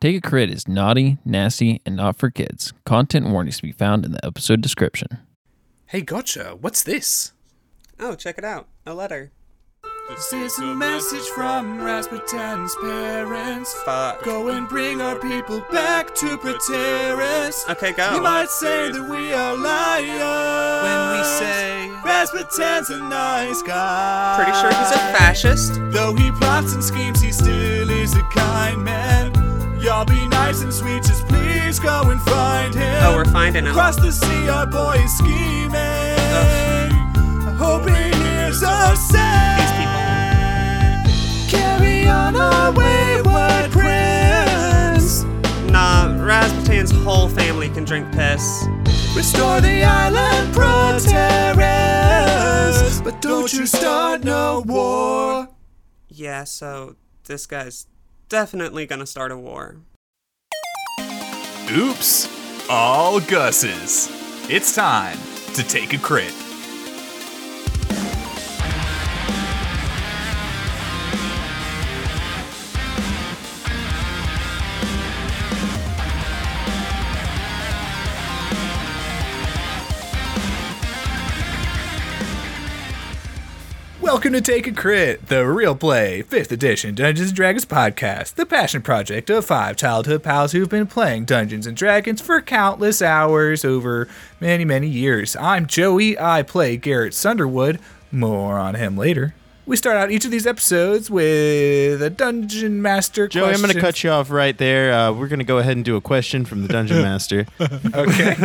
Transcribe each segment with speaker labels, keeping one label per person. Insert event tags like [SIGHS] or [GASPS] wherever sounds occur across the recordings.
Speaker 1: Take a Crit is naughty, nasty, and not for kids. Content warnings to be found in the episode description.
Speaker 2: Hey, gotcha. What's this?
Speaker 3: Oh, check it out. A letter.
Speaker 4: This is a message from Rasputin's parents.
Speaker 3: Fuck.
Speaker 4: Go and bring our people back to Preteris.
Speaker 3: Okay, go.
Speaker 4: You might say that we are liars.
Speaker 3: When we say-
Speaker 4: Rasputin's a nice guy.
Speaker 3: Pretty sure he's a fascist.
Speaker 4: Though he plots and schemes, he still is a kind man. Y'all be nice and sweet, just please go and find him.
Speaker 3: Oh, we're finding him.
Speaker 4: Across the sea, our boy is scheming. I hope he hears us
Speaker 3: These
Speaker 4: say,
Speaker 3: people.
Speaker 4: carry on our wayward prayers.
Speaker 3: Nah, Rasputin's whole family can drink piss.
Speaker 4: Restore the island, Proteres. But don't you start no war.
Speaker 3: Yeah, so this guy's definitely gonna start a war.
Speaker 5: Oops, all Gus's. It's time to take a crit.
Speaker 2: Welcome to Take a Crit, the real play, 5th edition Dungeons & Dragons podcast, the passion project of five childhood pals who've been playing Dungeons & Dragons for countless hours over many, many years. I'm Joey, I play Garrett Sunderwood, more on him later. We start out each of these episodes with a Dungeon Master
Speaker 6: Joey, I'm going
Speaker 2: question.
Speaker 6: to cut you off right there. Uh, we're going to go ahead and do a question from the Dungeon Master. [LAUGHS]
Speaker 2: Okay.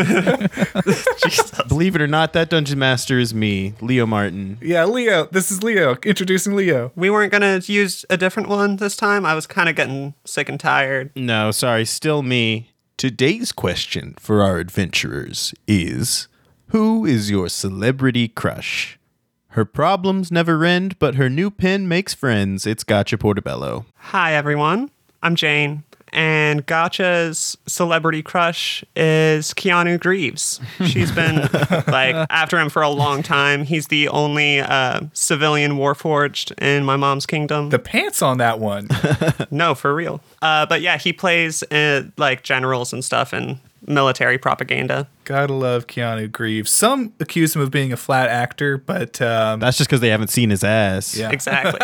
Speaker 6: Believe it or not, that Dungeon Master is me, Leo Martin.
Speaker 2: yeah, Leo, this is Leo, introducing Leo.
Speaker 3: We weren't gonna use a different one this time. I was kind of getting sick and tired.
Speaker 6: No, sorry, still me.
Speaker 5: Today's question for our adventurers is
Speaker 6: Who is your celebrity crush? Her problems never end, but her new pen makes friends. It's Gotcha Portobello.
Speaker 3: Hi, everyone. I'm Jane, and Gotcha's celebrity crush is Keanu Greaves. She's been like after him for a long time. He's the only uh, civilian warforged in my mom's kingdom.
Speaker 2: The pants on that
Speaker 6: [LAUGHS]
Speaker 2: one.
Speaker 3: No, for real. Uh, but yeah, he plays uh, like generals and stuff and military propaganda.
Speaker 2: Gotta love Keanu Greaves. Some accuse him of being a flat actor, but um,
Speaker 6: That's just because they haven't seen his ass.
Speaker 2: Yeah.
Speaker 3: Exactly.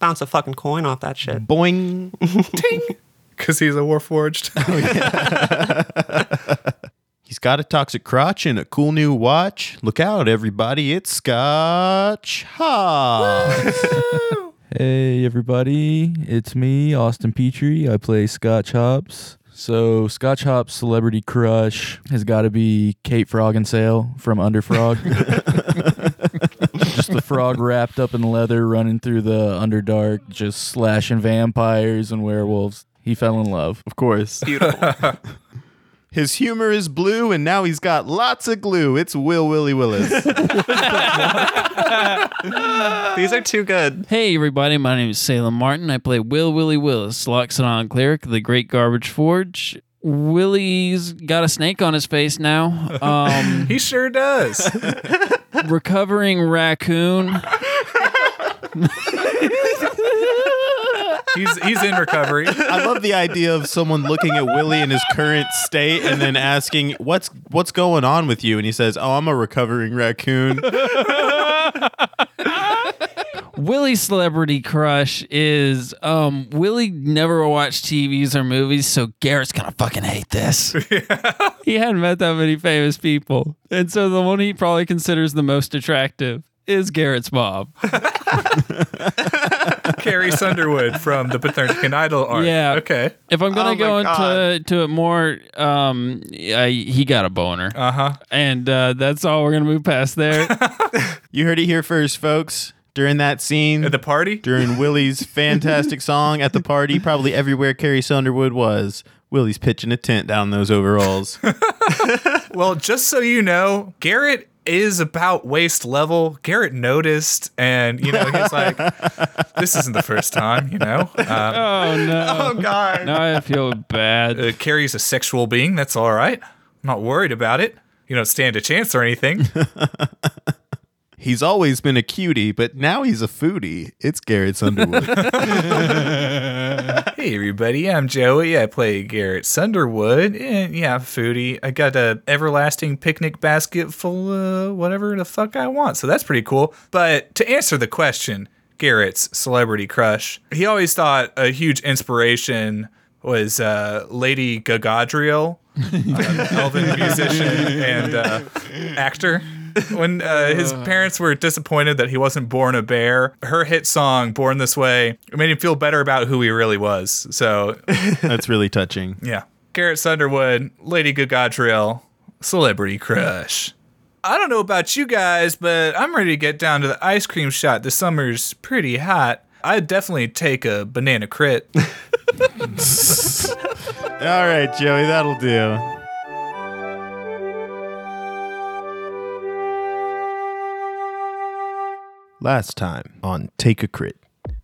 Speaker 3: Bounce a fucking coin off that shit.
Speaker 6: Boing.
Speaker 2: [LAUGHS] because he's a Warforged.
Speaker 6: He's got a toxic crotch and a cool new watch. Look out, everybody. It's Scotch Ha.
Speaker 7: Hey everybody, it's me, Austin Petrie. I play Scotch Hops. So Scotch Hops celebrity crush has got to be Kate Frogginsale from [LAUGHS] Underfrog. just the frog wrapped up in leather running through the Underdark, just slashing vampires and werewolves. He fell in love.
Speaker 6: [LAUGHS] of course.
Speaker 3: Beautiful.
Speaker 6: [LAUGHS] His humor is blue, and now he's got lots of glue. It's Will Willie Willis.
Speaker 3: These are too good.
Speaker 1: Hey everybody, my name is Salem Martin. I play Will Willie Willis, Loxodon cleric of the Great Garbage Forge. Willie's got a snake on his face [LAUGHS] now. Um,
Speaker 2: [LAUGHS] he sure does.
Speaker 1: recovering raccoon.
Speaker 2: He's he's in recovery.
Speaker 6: I love the idea of someone looking at Willie in his current state and then asking, "What's what's going on with you?" And he says, "Oh, I'm a recovering raccoon."
Speaker 1: Willie's celebrity crush is um, Willie never watched TVs or movies, so Garrett's gonna fucking hate
Speaker 3: [LAUGHS]
Speaker 1: this. [LAUGHS] he hadn't met that many famous people, and so the one he probably considers the most attractive is Garrett's mom.
Speaker 2: Carrie Sunderwood from the Paternican Idol art.
Speaker 1: Yeah.
Speaker 2: Okay.
Speaker 1: If I'm gonna
Speaker 3: Oh my
Speaker 1: go
Speaker 3: God.
Speaker 1: into to it more, um, I, he got a boner,
Speaker 2: Uh huh.
Speaker 1: and uh, that's all we're gonna move past
Speaker 3: [LAUGHS]
Speaker 1: there.
Speaker 6: You heard it here first, folks. During that scene,
Speaker 2: At the party.
Speaker 6: during Willie's fantastic song at the party, probably everywhere Carrie Sunderwood was, Willie's pitching a tent down those overalls.
Speaker 2: Well, just so you know, Garrett is about waist level. Garrett noticed, and you know he's like, [LAUGHS] "This isn't the first time." You know, um,
Speaker 1: oh no!
Speaker 3: Oh god.
Speaker 1: Now I feel
Speaker 3: [LAUGHS]
Speaker 1: bad.
Speaker 2: uh, Carrie's a sexual being. That's all right. I'm not worried about it. You don't stand a chance or anything.
Speaker 6: He's always been a cutie, but now he's a foodie. It's Garrett Underwood.
Speaker 2: Hey everybody, I'm Joey. I play Garrett Sunderwood, and yeah, I'm a foodie. I got a everlasting picnic basket full of whatever the fuck I want, so that's pretty cool. But to answer the question, Garrett's celebrity crush, he always thought a huge inspiration was uh, Lady Gagadriel, an Elven uh, musician and uh, actor. When uh, his parents were disappointed that he wasn't born a bear, her hit song "Born This Way" made him feel better about who he really was. So
Speaker 6: That's really touching.
Speaker 2: yeah. Garrett Sunderwood, Lady Gagadriel, Celebrity Crush. I don't know about you guys, but I'm ready to get down to the ice cream shot. The summer's pretty hot. I'd definitely take a banana crit.
Speaker 6: All right, Joey, that'll do. Last time on Take a Crit,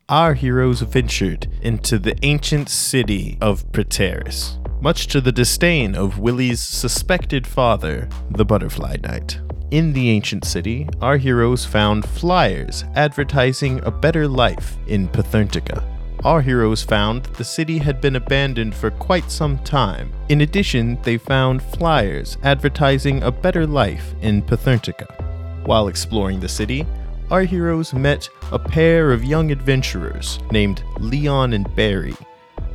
Speaker 6: our heroes ventured into the ancient city of Preteris, much to the disdain of Willie's suspected father, the Butterfly Knight. In the ancient city, our heroes found flyers advertising a better life in Patherntica. Our heroes found that the city had been abandoned for quite some time. In addition, they found flyers advertising a better life in Patherntica. While exploring the city, our heroes met a pair of young adventurers named Leon and Barry.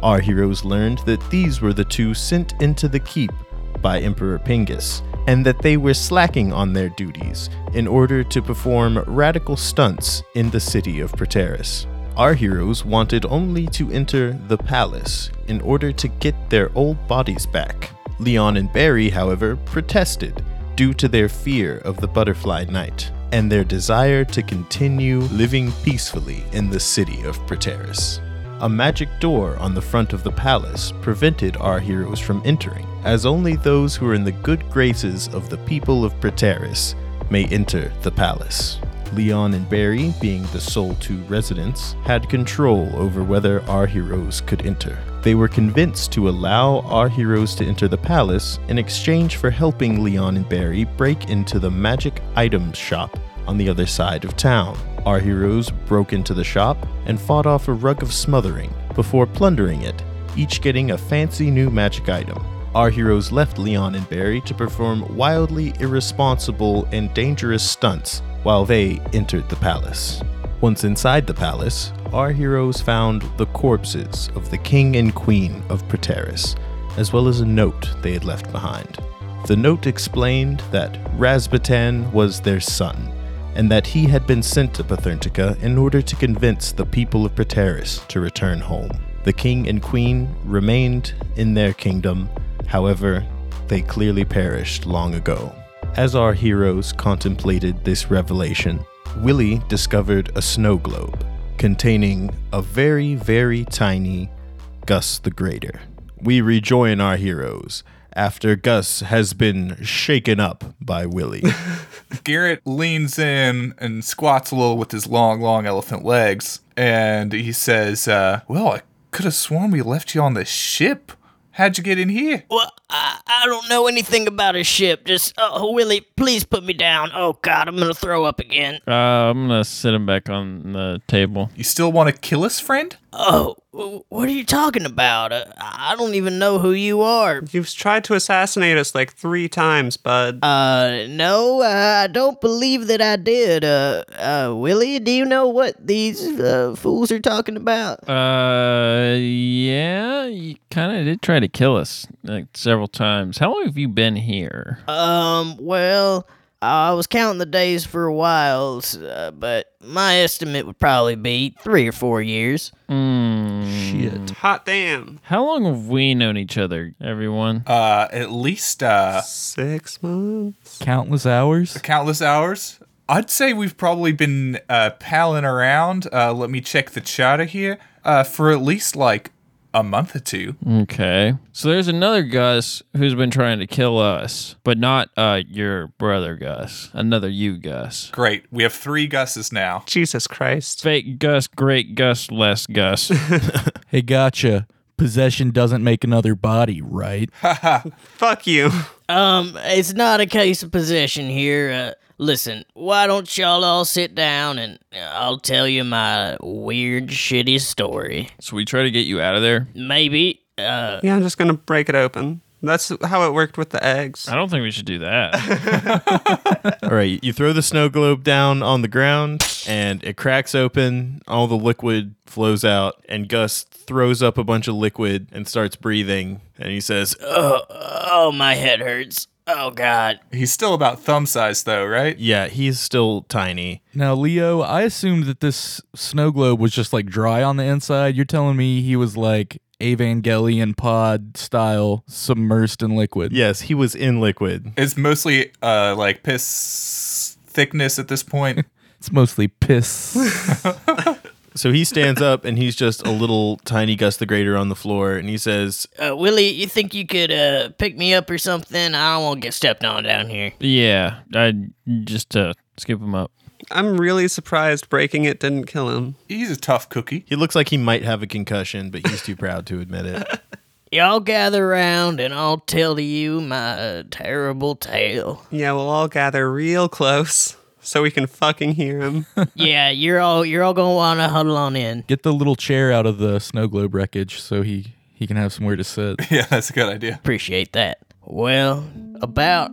Speaker 6: Our heroes learned that these were the two sent into the keep by Emperor Pingus, and that they were slacking on their duties in order to perform radical stunts in the city of Proteris. Our heroes wanted only to enter the palace in order to get their old bodies back. Leon and Barry, however, protested due to their fear of the Butterfly Knight and their desire to continue living peacefully in the city of Proteris. A magic door on the front of the palace prevented our heroes from entering, as only those who are in the good graces of the people of Preteris may enter the palace. Leon and Barry, being the sole two residents, had control over whether our heroes could enter. They were convinced to allow our heroes to enter the palace in exchange for helping Leon and Barry break into the magic items shop on the other side of town. Our heroes broke into the shop and fought off a rug of smothering before plundering it, each getting a fancy new magic item. Our heroes left Leon and Barry to perform wildly irresponsible and dangerous stunts while they entered the palace. Once inside the palace, our heroes found the corpses of the king and queen of Preteris, as well as a note they had left behind. The note explained that Rasbatan was their son, and that he had been sent to Patherntica in order to convince the people of Preteris to return home. The king and queen remained in their kingdom, however, they clearly perished long ago. As our heroes contemplated this revelation, Willie discovered a snow globe containing a very, very tiny Gus the Greater. We rejoin our heroes after Gus has been shaken up by [LAUGHS] Willie.
Speaker 2: Garrett leans in and squats a little with his long, long elephant legs, and he says, uh, "Well, I could have sworn we left you on the ship. How'd you get in here?"
Speaker 8: Well, I, I don't know anything about a ship. Just, oh, Willie, please put me down. Oh, God, I'm going to throw up again.
Speaker 1: Uh, I'm gonna sit him back on the table.
Speaker 2: You still want to kill us, friend?
Speaker 8: Oh, wh- what are you talking about? Uh, I don't even know who you are.
Speaker 3: You've tried to assassinate us like three times, bud.
Speaker 8: Uh, no, I don't believe that I did. Uh, uh, Willie, do you know what these uh, fools are talking about?
Speaker 1: Uh, yeah, you kind of did try to kill us like several times. How long have you been here?
Speaker 8: Um, well, I was counting the days for a while, s- uh, but my estimate would probably be three or four years.
Speaker 7: Shit.
Speaker 3: Hot damn.
Speaker 1: How long have we known each other, everyone?
Speaker 2: Uh, at least uh,
Speaker 3: Six months?
Speaker 7: Countless hours.
Speaker 2: countless hours. I'd say we've probably been uh, palling around. Uh, let me check the charter here. Uh, for at least like a month or two.
Speaker 1: Okay. So there's another Gus who's been trying to kill us, but not uh your brother Gus. Another you Gus.
Speaker 2: Great. We have three Gus's now.
Speaker 3: Jesus
Speaker 1: [LAUGHS]
Speaker 3: Christ.
Speaker 1: Fake Gus, great Gus, less Gus.
Speaker 7: Hey, gotcha. possession doesn't make another body, right?
Speaker 3: Fuck you.
Speaker 8: Um, it's not a case of possession here. Uh, listen, why don't y'all all sit down and I'll tell you my weird, shitty story.
Speaker 1: So we try to get you out of there.
Speaker 8: Maybe. Uh,
Speaker 3: Yeah, I'm just gonna break it open. That's how it worked with the eggs.
Speaker 1: I don't think we should do that.
Speaker 6: All right, you throw the snow globe down on the ground and it cracks open. All the liquid flows out, and Gus throws up a bunch of liquid and starts breathing. And he says, "Uh,
Speaker 8: oh, oh, my head hurts. Oh God.
Speaker 2: He's still about thumb size, though, right?
Speaker 6: Yeah, he's still tiny.
Speaker 7: Now, Leo, I assumed that this snow globe was just like dry on the inside. You're telling me he was like Evangelion pod style, submersed in liquid.
Speaker 6: Yes, he was in liquid.
Speaker 2: It's mostly uh, like piss thickness at this [LAUGHS] point.
Speaker 7: It's mostly piss.
Speaker 6: So he stands up and he's just a little tiny Gus the Greater on the floor. And he says,
Speaker 8: Uh, Willie, you think you could uh pick me up or something? I don't want to get stepped on down here.
Speaker 1: [LAUGHS] yeah, I just uh, skip him up.
Speaker 3: I'm really surprised breaking it didn't kill him.
Speaker 2: He's a tough cookie.
Speaker 6: He looks like he might have a concussion, but he's too proud to admit it.
Speaker 8: Y'all gather round and I'll tell you my uh, terrible tale. [LAUGHS]
Speaker 3: Yeah, we'll all gather real close so we can fucking hear him.
Speaker 8: yeah, you're all you're all gonna wanna huddle on in.
Speaker 7: Get the little chair out of the snow globe wreckage so he he can have somewhere to sit.
Speaker 2: [LAUGHS] Yeah, that's a good idea.
Speaker 8: Appreciate that. Well, about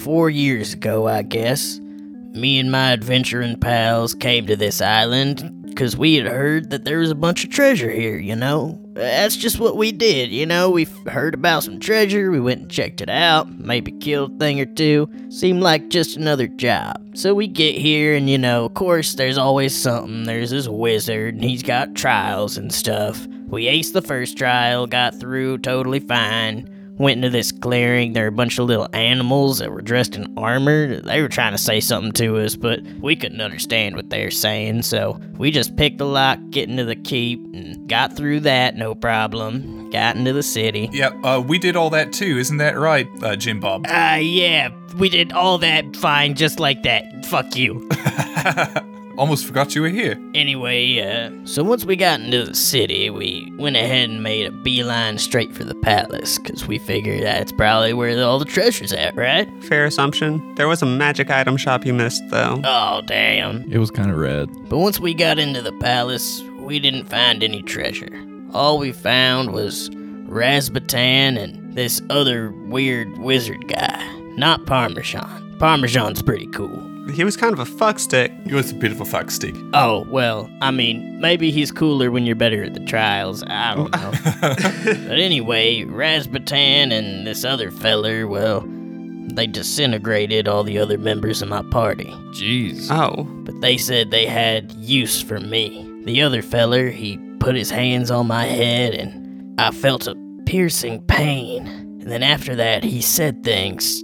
Speaker 8: four years ago, I guess, me and my adventuring pals came to this island because we had heard that there was a bunch of treasure here, you know? That's just what we did, you know? We f- heard about some treasure, we went and checked it out, maybe killed a thing or two. Seemed like just another job. So we get here, and you know, of course, there's always something. There's this wizard, and he's got trials and stuff. We aced the first trial, got through totally fine went into this clearing. There were a bunch of little animals that were dressed in armor. They were trying to say something to us, but we couldn't understand what they were saying, so we just picked a lock, get into the keep, and got through that, no problem. Got into the city.
Speaker 2: Yeah, uh, we did all that too, isn't that right, uh, Jim Bob?
Speaker 8: Uh, yeah, we did all that fine, just like that. Fuck you. [LAUGHS]
Speaker 2: Almost forgot you were here.
Speaker 8: Anyway, uh, so once we got into the city, we went ahead and made a beeline straight for the palace, because we figured that's probably where all the treasure's at, right?
Speaker 3: Fair assumption. There was a magic item shop you missed, though.
Speaker 8: Oh, damn.
Speaker 7: It was kind of red.
Speaker 8: But once we got into the palace, we didn't find any treasure. All we found was Rasputin and this other weird wizard guy. Not Parmesan. Parmesan's pretty cool.
Speaker 3: He was kind of a fuckstick.
Speaker 2: It was a bit of a fuck stick.
Speaker 8: Oh, well, I mean, maybe he's cooler when you're better at the trials. I don't know. but anyway, Rasputin and this other feller, well, they disintegrated all the other members of my party.
Speaker 1: Jeez.
Speaker 3: Oh.
Speaker 8: but they said they had use for me. The other feller, he put his hands on my head and I felt a piercing pain. And then after that, he said things.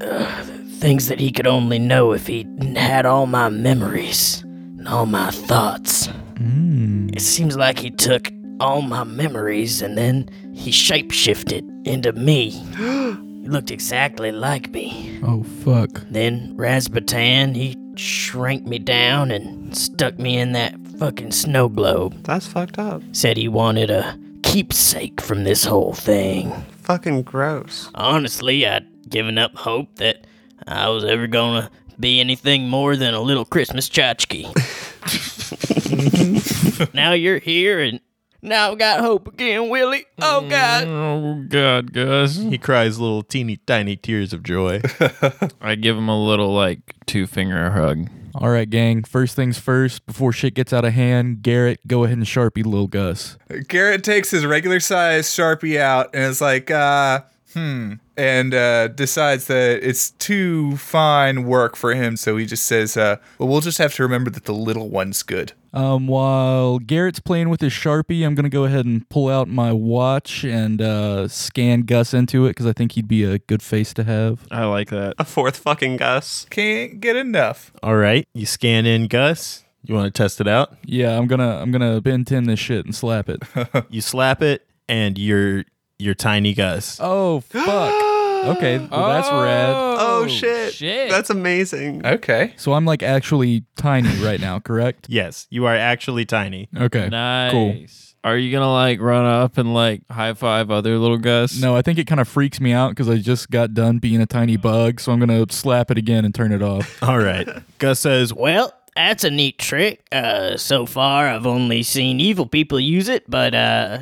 Speaker 8: uh, things that he could only know if he had all my memories and all my thoughts.
Speaker 7: Hmm.
Speaker 8: It seems like he took all my memories and then he shapeshifted into me. he looked exactly like me.
Speaker 7: Oh fuck.
Speaker 8: Then Rasputin, he shrank me down and stuck me in that fucking snow globe.
Speaker 3: That's fucked up.
Speaker 8: Said he wanted a keepsake from this whole thing.
Speaker 3: Fucking gross.
Speaker 8: Honestly, I'd given up hope that I was ever gonna be anything more than a little Christmas tchotchke. now you're here and now I've got hope again, Willie. Oh, God.
Speaker 1: Oh God, Gus.
Speaker 6: He cries little teeny tiny tears of joy.
Speaker 1: I give him a little like two finger hug.
Speaker 7: All right, gang. First things first. Before shit gets out of hand, Garrett, go ahead and sharpie little Gus.
Speaker 2: Garrett takes his regular size Sharpie out and is like, uh, hmm, and uh, decides that it's too fine work for him. So he just says, uh, well, we'll just have to remember that the little one's good.
Speaker 7: Um, while Garrett's playing with his sharpie, I'm gonna go ahead and pull out my watch and uh, scan Gus into it because I think he'd be a good face to have.
Speaker 1: I like that.
Speaker 3: A fourth fucking Gus.
Speaker 2: Can't get enough.
Speaker 6: All right, you scan in Gus. You want to test it out?
Speaker 7: Yeah, I'm gonna I'm gonna Ben 10 this shit and slap it.
Speaker 6: You slap it, and you're you're tiny Gus.
Speaker 7: oh fuck. Okay, well, that's rad.
Speaker 3: Oh, shit. That's amazing.
Speaker 2: Okay.
Speaker 7: So I'm like actually tiny right now, correct?
Speaker 6: Yes, you are actually tiny.
Speaker 7: Okay.
Speaker 1: Nice.
Speaker 7: Cool.
Speaker 1: Are you gonna like run up and like high five other little Gus?
Speaker 7: No, I think it kind of freaks me out because I just got done being a tiny bug, so I'm gonna slap it again and turn
Speaker 6: [LAUGHS]
Speaker 7: it off.
Speaker 6: All right. Gus says,
Speaker 8: Well, that's a neat trick. Uh, so far, I've only seen evil people use it, but uh,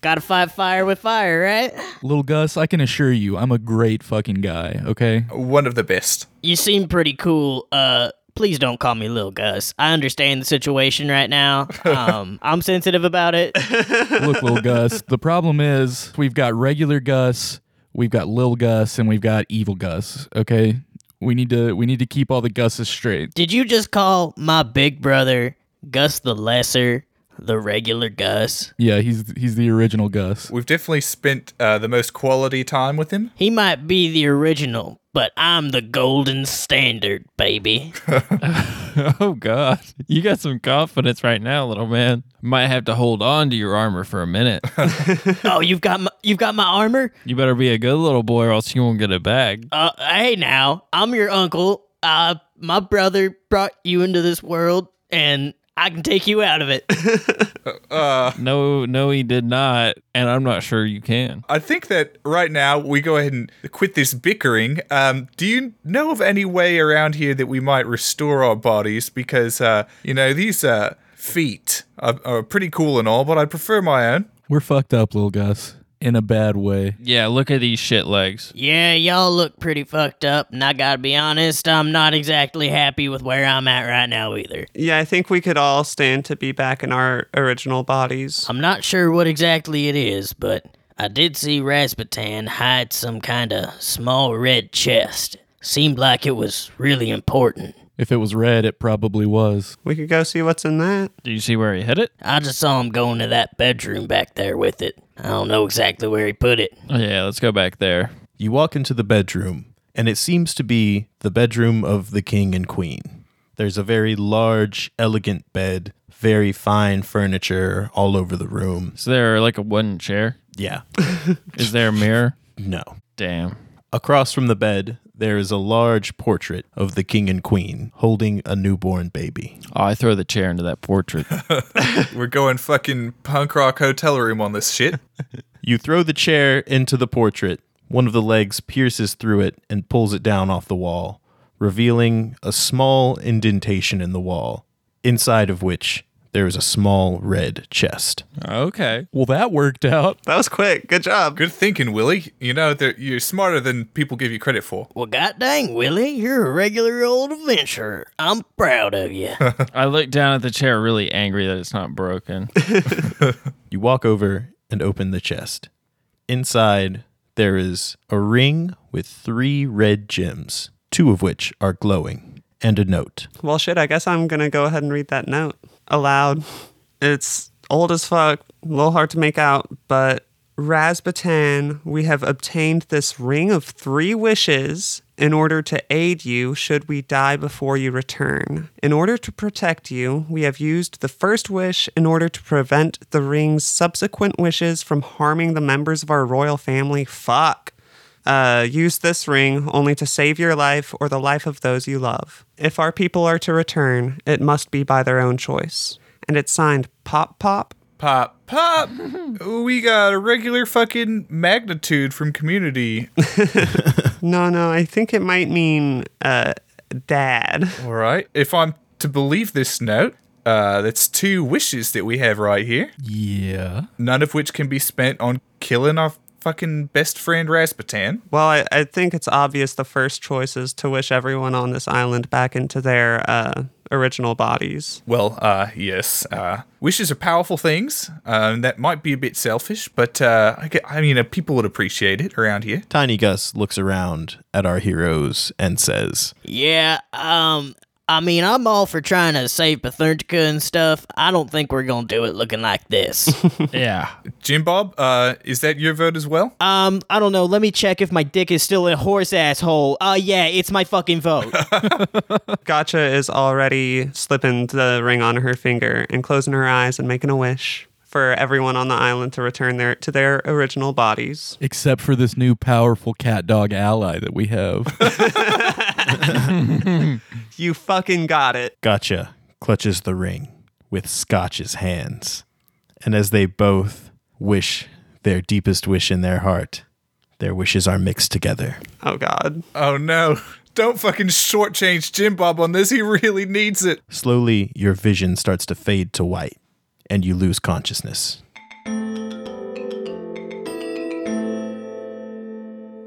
Speaker 8: gotta fight fire with fire, right?
Speaker 7: Little Gus, I can assure you, I'm a great fucking guy. Okay.
Speaker 2: One of the best.
Speaker 8: You seem pretty cool. Uh, please don't call me Lil Gus. I understand the situation right now. Um, I'm sensitive about it.
Speaker 7: Look, little Gus. The problem is we've got regular Gus, we've got Lil Gus, and we've got evil Gus. Okay. We need to we need to keep all the Gus's straight.
Speaker 8: Did you just call my big brother Gus the Lesser the regular Gus?
Speaker 7: Yeah, he's he's the original Gus.
Speaker 2: We've definitely spent uh, the most quality time with him.
Speaker 8: He might be the original, but I'm the golden standard, baby.
Speaker 1: [LAUGHS] Oh God, you got some confidence right now, little man. Might have to hold on to your armor for a [LAUGHS] minute.
Speaker 8: oh, you've got my, you've got my armor.
Speaker 1: you better be a good little boy, or else you won't get it back.
Speaker 8: Uh, hey now, I'm your uncle. Uh, my brother brought you into this world, and I can take you out of it.
Speaker 1: No, no, he did not, and I'm not sure you can.
Speaker 2: I think that right now we go ahead and quit this bickering. Um, do you know of any way around here that we might restore our bodies? Because, uh, you know, these uh, feet are, are pretty cool and all, but I prefer my own.
Speaker 7: We're fucked up, little Gus, in a bad way.
Speaker 1: Yeah, look at these shit legs.
Speaker 8: yeah, y'all look pretty fucked up, and I gotta be honest, I'm not exactly happy with where I'm at right now either.
Speaker 3: Yeah, I think we could all stand to be back in our original bodies.
Speaker 8: I'm not sure what exactly it is, but I did see Rasputin hide some kind of small red chest. Seemed like it was really important.
Speaker 7: If it was red, it probably was.
Speaker 3: We could go see what's in that.
Speaker 1: Do you see where he hit it?
Speaker 8: I just saw him go into that bedroom back there with it. I don't know exactly where he put it.
Speaker 1: Oh, yeah, let's go back there.
Speaker 6: You walk into the bedroom, and it seems to be the bedroom of the king and queen. There's a very large, elegant bed, very fine furniture all over the room.
Speaker 1: Is there like a wooden chair?
Speaker 6: Yeah,
Speaker 1: Is there a mirror?
Speaker 6: no.
Speaker 1: Damn.
Speaker 6: Across from the bed, there is a large portrait of the king and queen holding a newborn baby.
Speaker 1: Oh, I throw the chair into that [LAUGHS] portrait.
Speaker 2: We're going fucking punk rock hotel room on this shit.
Speaker 6: You throw the chair into the portrait. One of the legs pierces through it and pulls it down off the wall, revealing a small indentation in the wall, inside of which there is a small red chest.
Speaker 1: okay.
Speaker 7: Well, that worked out.
Speaker 3: That was quick. Good job.
Speaker 2: Good thinking, Willie. You know, that you're smarter than people give you credit for.
Speaker 8: Well, god dang, Willie, you're a regular old adventurer. I'm proud of you.
Speaker 1: I look down at the chair, really angry that it's not broken.
Speaker 6: You walk over and open the chest. Inside, there is a ring with three red gems, two of which are glowing, and a note.
Speaker 3: Well, shit, I guess I'm going to go ahead and read that note aloud. It's old as fuck, a little hard to make out, but Rasputin, we have obtained this ring of three wishes in order to aid you should we die before you return. In order to protect you, we have used the first wish in order to prevent the ring's subsequent wishes from harming the members of our royal family. Fuck. Uh, use this ring only to save your life or the life of those you love. If our people are to return, it must be by their own choice. And it's signed Pop Pop.
Speaker 2: Pop, pop. we got a regular fucking magnitude from community.
Speaker 3: No, no, I think it might mean uh, dad.
Speaker 2: All right. If I'm to believe this note, uh, that's two wishes that we have right here.
Speaker 7: Yeah.
Speaker 2: None of which can be spent on killing our fucking best friend Rasputin.
Speaker 3: Well, I, I think it's obvious the first choice is to wish everyone on this island back into their uh, original bodies.
Speaker 2: Well, uh, yes. Uh, wishes are powerful things. Um, that might be a bit selfish, but uh, I, get, I mean, uh, people would appreciate it around here.
Speaker 6: Tiny Gus looks around at our heroes and says,
Speaker 8: yeah, um, I mean, I'm all for trying to save Pathurtica and stuff. I don't think we're gonna do it looking like this.
Speaker 1: [LAUGHS] yeah.
Speaker 2: Jim Bob, uh, is that your vote as well?
Speaker 8: um, I don't know. Let me check if my dick is still in a horse asshole. Uh, yeah, it's my fucking vote.
Speaker 3: Gotcha is already slipping the ring on her finger and closing her eyes and making a wish for everyone on the island to return their to their original bodies.
Speaker 7: Except for this new powerful cat dog ally that we have.
Speaker 3: You fucking got it.
Speaker 6: Gotcha, clutches the ring. with Scotch's hands. And as they both wish their deepest wish in their heart, their wishes are mixed together.
Speaker 3: Oh God.
Speaker 2: Oh no. Don't fucking shortchange Jim Bob on this. He really needs it.
Speaker 6: Slowly, your vision starts to fade to white, and you lose consciousness.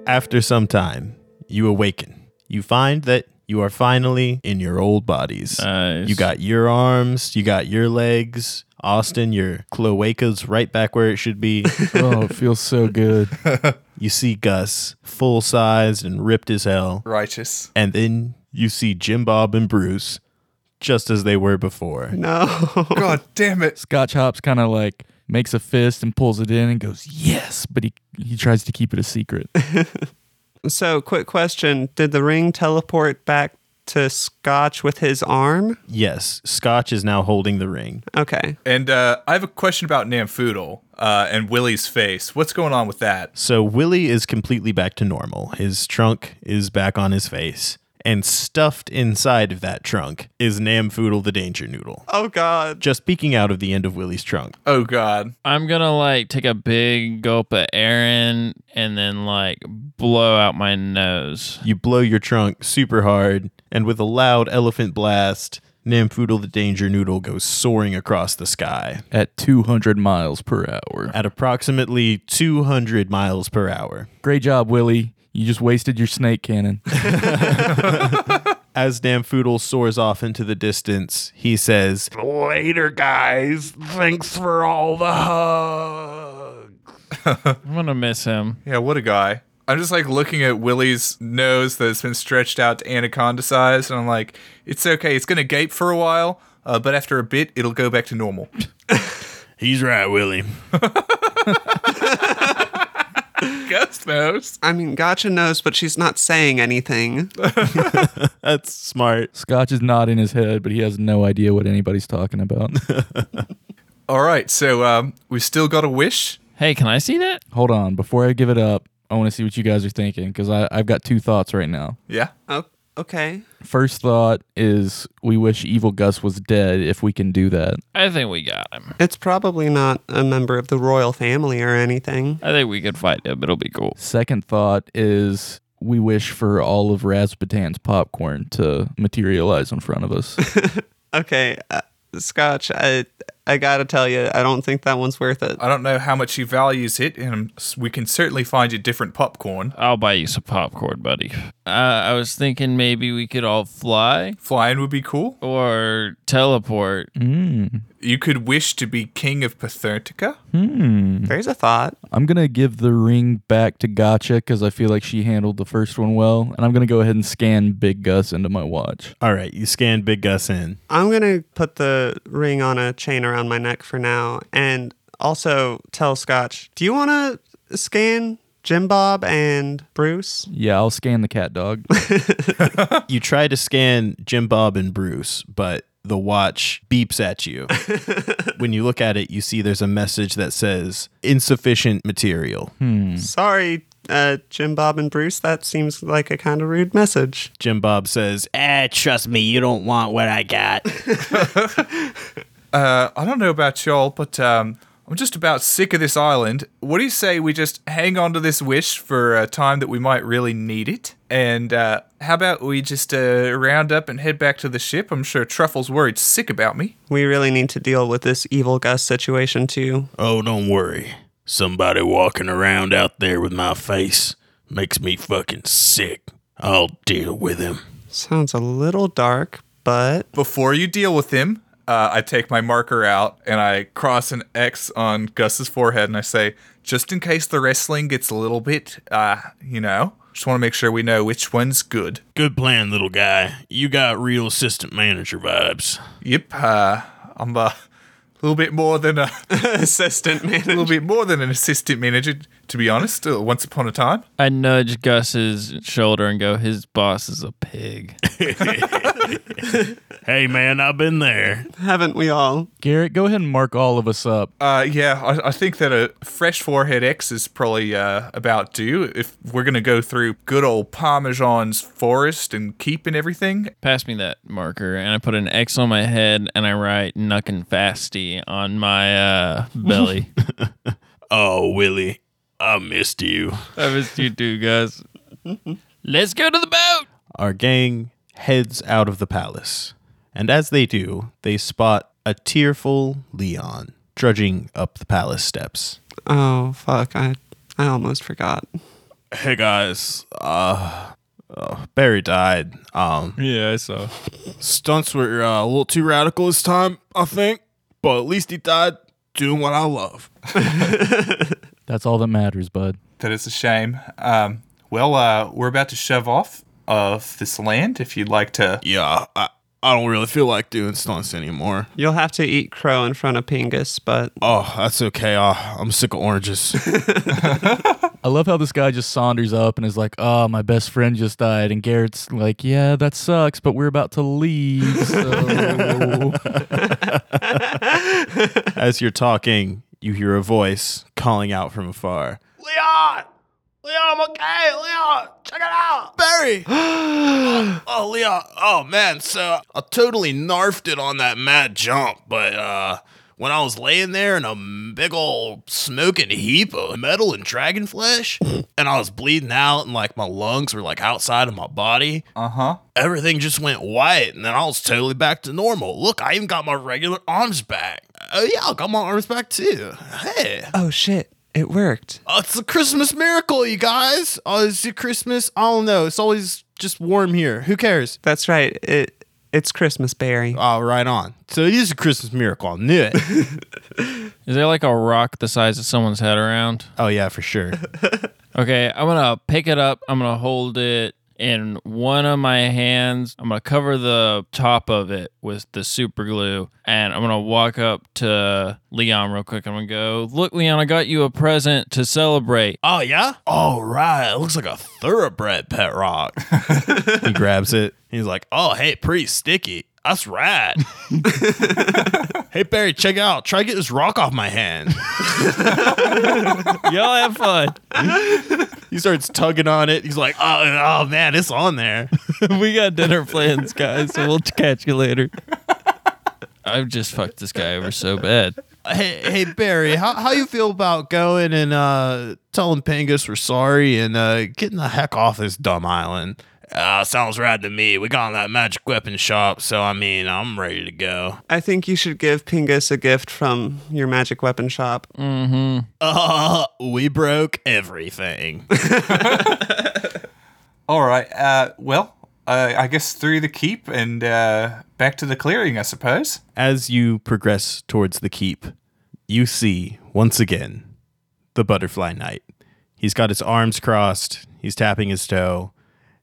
Speaker 6: After some time, you awaken. You find that you are finally in your old bodies.
Speaker 1: Nice.
Speaker 6: You got your arms, you got your legs. Austin, your cloaca's right back where it should be.
Speaker 7: Oh, it feels so good.
Speaker 6: you see Gus, full sized and ripped as hell. [LAUGHS]
Speaker 2: Righteous.
Speaker 6: And then you see Jim Bob and Bruce just as they were before.
Speaker 3: No. [LAUGHS]
Speaker 2: God damn it.
Speaker 7: Scotch Hops kind of like makes a fist and pulls it in and goes, yes, but he, he tries to keep it a secret.
Speaker 3: So, quick question: Did the ring teleport back to Scotch with his arm?
Speaker 6: Yes, Scotch is now holding the ring.
Speaker 3: Okay.
Speaker 2: And uh, I have a question about Namfoodle uh, and Willie's face. What's going on with that?
Speaker 6: So Willie is completely back to normal. His trunk is back on his face. And stuffed inside of that trunk is Namfoodle the Danger Noodle,
Speaker 3: Oh God.
Speaker 6: just peeking out of the end of Willie's trunk.
Speaker 2: Oh God.
Speaker 1: I'm gonna like take a big gulp of air in and then like blow out my nose.
Speaker 6: You blow your trunk super hard, and with a loud elephant blast, Namfoodle the Danger Noodle goes soaring across the sky
Speaker 7: At 200 miles per hour.
Speaker 6: at approximately 200 miles per hour.
Speaker 7: Great job, Willie. You just wasted your snake [LAUGHS] cannon.
Speaker 6: As Namfoodle soars off into the distance, he says,
Speaker 9: Later, guys. Thanks for all the hugs.
Speaker 1: I'm gonna miss him.
Speaker 2: Yeah, what a guy. I'm just like looking at Willie's nose that's been stretched out to anaconda size, and I'm like, it's okay. It's gonna gape for a while, uh, but after a bit, it'll go back to normal.
Speaker 6: He's right, Willie.
Speaker 2: Ghost nose.
Speaker 3: I mean, Gotcha knows, but she's not saying anything.
Speaker 6: That's smart.
Speaker 7: Scotch is nodding his head, but he has no idea what anybody's talking [LAUGHS] about.
Speaker 2: All right, so um, we've still got a wish.
Speaker 1: Hey, can I see that?
Speaker 7: Hold on. Before I give it up, I want to see what you guys are thinking because I've got two thoughts right now.
Speaker 2: Yeah.
Speaker 3: Oh, okay.
Speaker 7: First thought is we wish Evil Gus was dead if we can do that.
Speaker 1: I think we got him.
Speaker 3: It's probably not a member of the royal family or anything. [LAUGHS]
Speaker 1: I think we could fight him. It'll be cool.
Speaker 7: Second thought is we wish for all of Rasputin's popcorn to materialize in front of us. [LAUGHS]
Speaker 3: Okay, uh, Scotch. I I gotta tell you, I don't think that one's worth it.
Speaker 2: I don't know how much he values it, and we can certainly find you different popcorn.
Speaker 1: I'll buy you some popcorn, buddy. Uh, I was thinking maybe we could all fly
Speaker 2: Flying would be cool.
Speaker 1: or teleport.
Speaker 7: Hmm.
Speaker 2: You could wish to be king of Pathertica.
Speaker 7: Hmm.
Speaker 3: There's a thought.
Speaker 7: I'm going to give the ring back to Gotcha because I feel like she handled the first one well. And I'm going to go ahead and scan Big Gus into my watch.
Speaker 6: All right, you scan Big Gus in.
Speaker 3: I'm gonna put the ring on a chain around my neck for now, and also tell Scotch. Do you want to scan Jim Bob and Bruce?
Speaker 7: Yeah, I'll scan the cat dog.
Speaker 6: You try to scan Jim Bob and Bruce, but the watch beeps at you. when you look at it, you see there's a message that says insufficient material.
Speaker 3: Mm. Sorry, uh, Jim Bob and Bruce. That seems like a kind of rude message.
Speaker 6: Jim Bob says,
Speaker 8: Ah, trust me, you don't want what I got.
Speaker 2: Uh, I don't know about y'all, but um, I'm just about sick of this island. What do you say we just hang on to this wish for a time that we might really need it? And uh, how about we just uh, round up and head back to the ship? I'm sure Truffle's worried sick about me.
Speaker 3: We really need to deal with this evil Gus situation too.
Speaker 9: Oh, don't worry. Somebody walking around out there with my face makes me fucking sick. I'll deal with him.
Speaker 3: Sounds a little dark, but
Speaker 2: Before you deal with him, uh, I take my marker out and I cross an X on Gus's forehead and I say, just in case the wrestling gets a little bit, uh, you know, just want to make sure we know which one's good.
Speaker 9: Good plan, little guy. You got real assistant manager vibes.
Speaker 2: Yep. Uh, I'm uh, little bit more than a, a
Speaker 3: [LAUGHS] Assistant manager.
Speaker 2: little bit more than an assistant manager, to be honest. Uh, once upon a time,
Speaker 1: I nudge Gus's shoulder and go, his boss is a pig. [LAUGHS]
Speaker 9: Hey, man, I've been there.
Speaker 3: Haven't we all?
Speaker 7: Garrett, go ahead and mark all of us up.
Speaker 2: uh, yeah, I, I think that a fresh forehead X is probably uh, about due. If we're gonna go through good old Parmesan's forest and keep and everything,
Speaker 1: Pass me that marker, and I put an X on my head and I write knuckin' fasty on my uh, belly.
Speaker 9: Oh, Willie, I missed you.
Speaker 1: I missed you too, Gus. Let's go to the boat.
Speaker 6: Our gang heads out of the palace, and as they do, they spot a tearful Leon trudging up the palace steps.
Speaker 3: Oh fuck! I I almost forgot.
Speaker 9: Hey, guys. Uh,
Speaker 6: Oh, Barry died. Um,
Speaker 1: Yeah, I saw.
Speaker 9: Stunts were uh, a little too radical this time, I think, but at least he died doing what I love.
Speaker 7: That's all that matters, bud.
Speaker 2: that is a shame. Um, well, uh, we're about to shove off of this land. If you'd like to
Speaker 9: Yeah, I, I don't really feel like doing stunts anymore.
Speaker 3: You'll have to eat crow in front of Pingus, but
Speaker 9: Oh, that's okay. Uh, I'm sick of oranges.
Speaker 7: I love how this guy just saunders up and is like, "Oh, my best friend just died," and Garrett's like, "Yeah, that sucks, but we're about to leave." So
Speaker 6: as you're talking, you hear a voice calling out from afar.
Speaker 9: Leon! Leon, I'm okay. Leon, check it out. Barry! [GASPS] oh, Leon. Oh, man. So I totally narfed it on that mad jump, but uh, when I was laying there in a big old smoking heap of metal and dragon
Speaker 6: [LAUGHS]
Speaker 9: flesh, and I was bleeding out, and like my lungs were like outside of my body,
Speaker 2: Uh huh.
Speaker 9: everything just went white, and then I was totally back to normal. Look, I even got my regular arms back. Oh, yeah, I got my arms back too. Hey.
Speaker 3: [LAUGHS] oh shit, it worked.
Speaker 9: Uh, it's a Christmas miracle, you guys. Oh, is it Christmas? I don't know. It's always just warm here. Who cares?
Speaker 3: That's right. It it's Christmas, Barry.
Speaker 9: Oh, right on. So it is a Christmas miracle. I knew it.
Speaker 1: Is there like a rock the size of someone's head around?
Speaker 6: Oh yeah, for sure.
Speaker 1: Okay, I'm gonna pick it up. I'm gonna hold it in one of my hands. I'm gonna cover the top of it with the super glue, and I'm gonna walk up to Leon real quick. I'm gonna go, look, Leon, I got you a present to celebrate.
Speaker 9: oh, yeah? All right. It looks like a thoroughbred pet rock. [LAUGHS]
Speaker 6: he grabs it.
Speaker 9: He's like, oh, hey, pretty sticky. That's right. [LAUGHS] hey, Barry, check it out. Try to get this rock off my hand.
Speaker 1: Y'all have fun.
Speaker 9: He starts tugging on it. He's like, oh, oh man, it's on [LAUGHS] there.
Speaker 1: we got dinner plans, guys. So we'll catch you later. I've just fucked this guy over so bad.
Speaker 6: Hey, hey Barry, how how you feel about going and uh, telling Pangus we're sorry and uh, getting the heck off this dumb island?
Speaker 9: Uh, sounds right to me. We got that magic weapon shop, so I mean, I'm ready to go.
Speaker 3: I think you should give Pingus a gift from your magic weapon shop.
Speaker 9: Uh,
Speaker 6: [LAUGHS]
Speaker 9: we broke everything.
Speaker 2: All right. Uh, well, uh, I guess through the keep and uh, back to the clearing, I suppose.
Speaker 6: As you progress towards the keep, you see once again the butterfly knight. He's got his arms crossed. He's tapping his toe,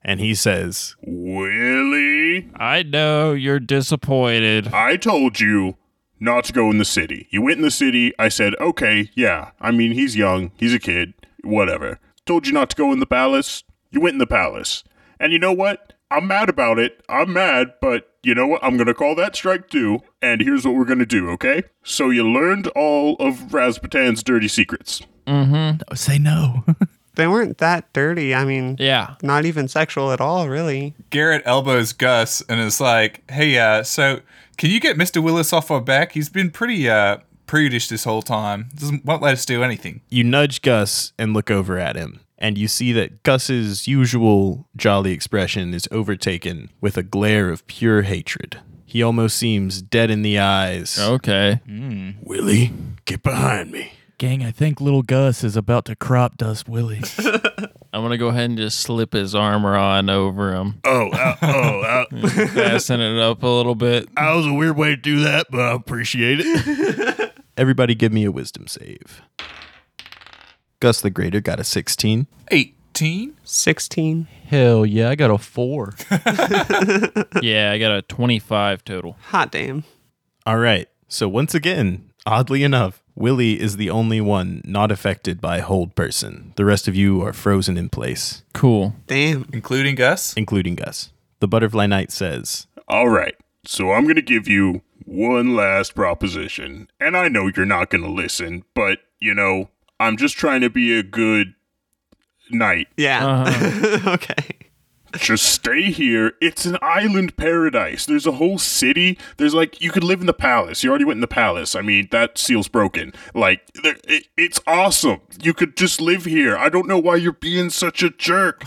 Speaker 6: and he says,
Speaker 10: Willie,
Speaker 1: I know you're disappointed.
Speaker 10: I told you not to go in the city. You went in the city. I said, okay, yeah. I mean, he's young. He's a kid. Whatever. Told you not to go in the palace. You went in the palace. And you know what? I'm mad about it. I'm mad, but you know what? I'm going to call that strike too. And here's what we're going to do, okay? So you learned all of Rasputin's dirty secrets.
Speaker 7: say no. [LAUGHS]
Speaker 3: They weren't that dirty. I mean,
Speaker 1: Yeah.
Speaker 3: not even sexual at all, really.
Speaker 2: Garrett elbows Gus and is like, "Hey, uh, so can you get Mister Willis off our back? He's been pretty uh, prudish this whole time. Doesn't won't let us do anything."
Speaker 6: You nudge Gus and look over at him, and you see that Gus's usual jolly expression is overtaken with a glare of pure hatred. He almost seems dead in the eyes.
Speaker 1: Oh. Okay.
Speaker 9: Willie, get behind me.
Speaker 7: Gang, I think little Gus is about to crop dust Willie.
Speaker 1: I'm gonna go ahead and just slip his armor on over him,
Speaker 9: Oh, uh, oh, uh,
Speaker 1: [LAUGHS] fasten it up a little bit.
Speaker 9: that was a weird way to do that, but I appreciate it.
Speaker 6: Everybody, give me a wisdom save. Gus the Greater got a 16.
Speaker 2: Eighteen.
Speaker 3: 16.
Speaker 7: Hell yeah, I got a four.
Speaker 1: Yeah, I got a 25 total.
Speaker 3: Hot damn.
Speaker 6: All right. So, once again, Oddly enough, Willie is the only one not affected by hold person. The rest of you are frozen in place.
Speaker 1: Cool.
Speaker 6: Damn.
Speaker 2: Including Gus?
Speaker 6: Including Gus. The Butterfly Knight says,
Speaker 10: All right, so I'm going to give you one last proposition. And I know you're not going to listen, but, you know, I'm just trying to be a good knight.
Speaker 3: Yeah. [LAUGHS] okay.
Speaker 10: Just stay here. It's an island paradise. There's a whole city. There's like, you could live in the palace. You already went in the palace. I mean, that seal's broken. Like, there, it, it's awesome. You could just live here. I don't know why you're being such a jerk.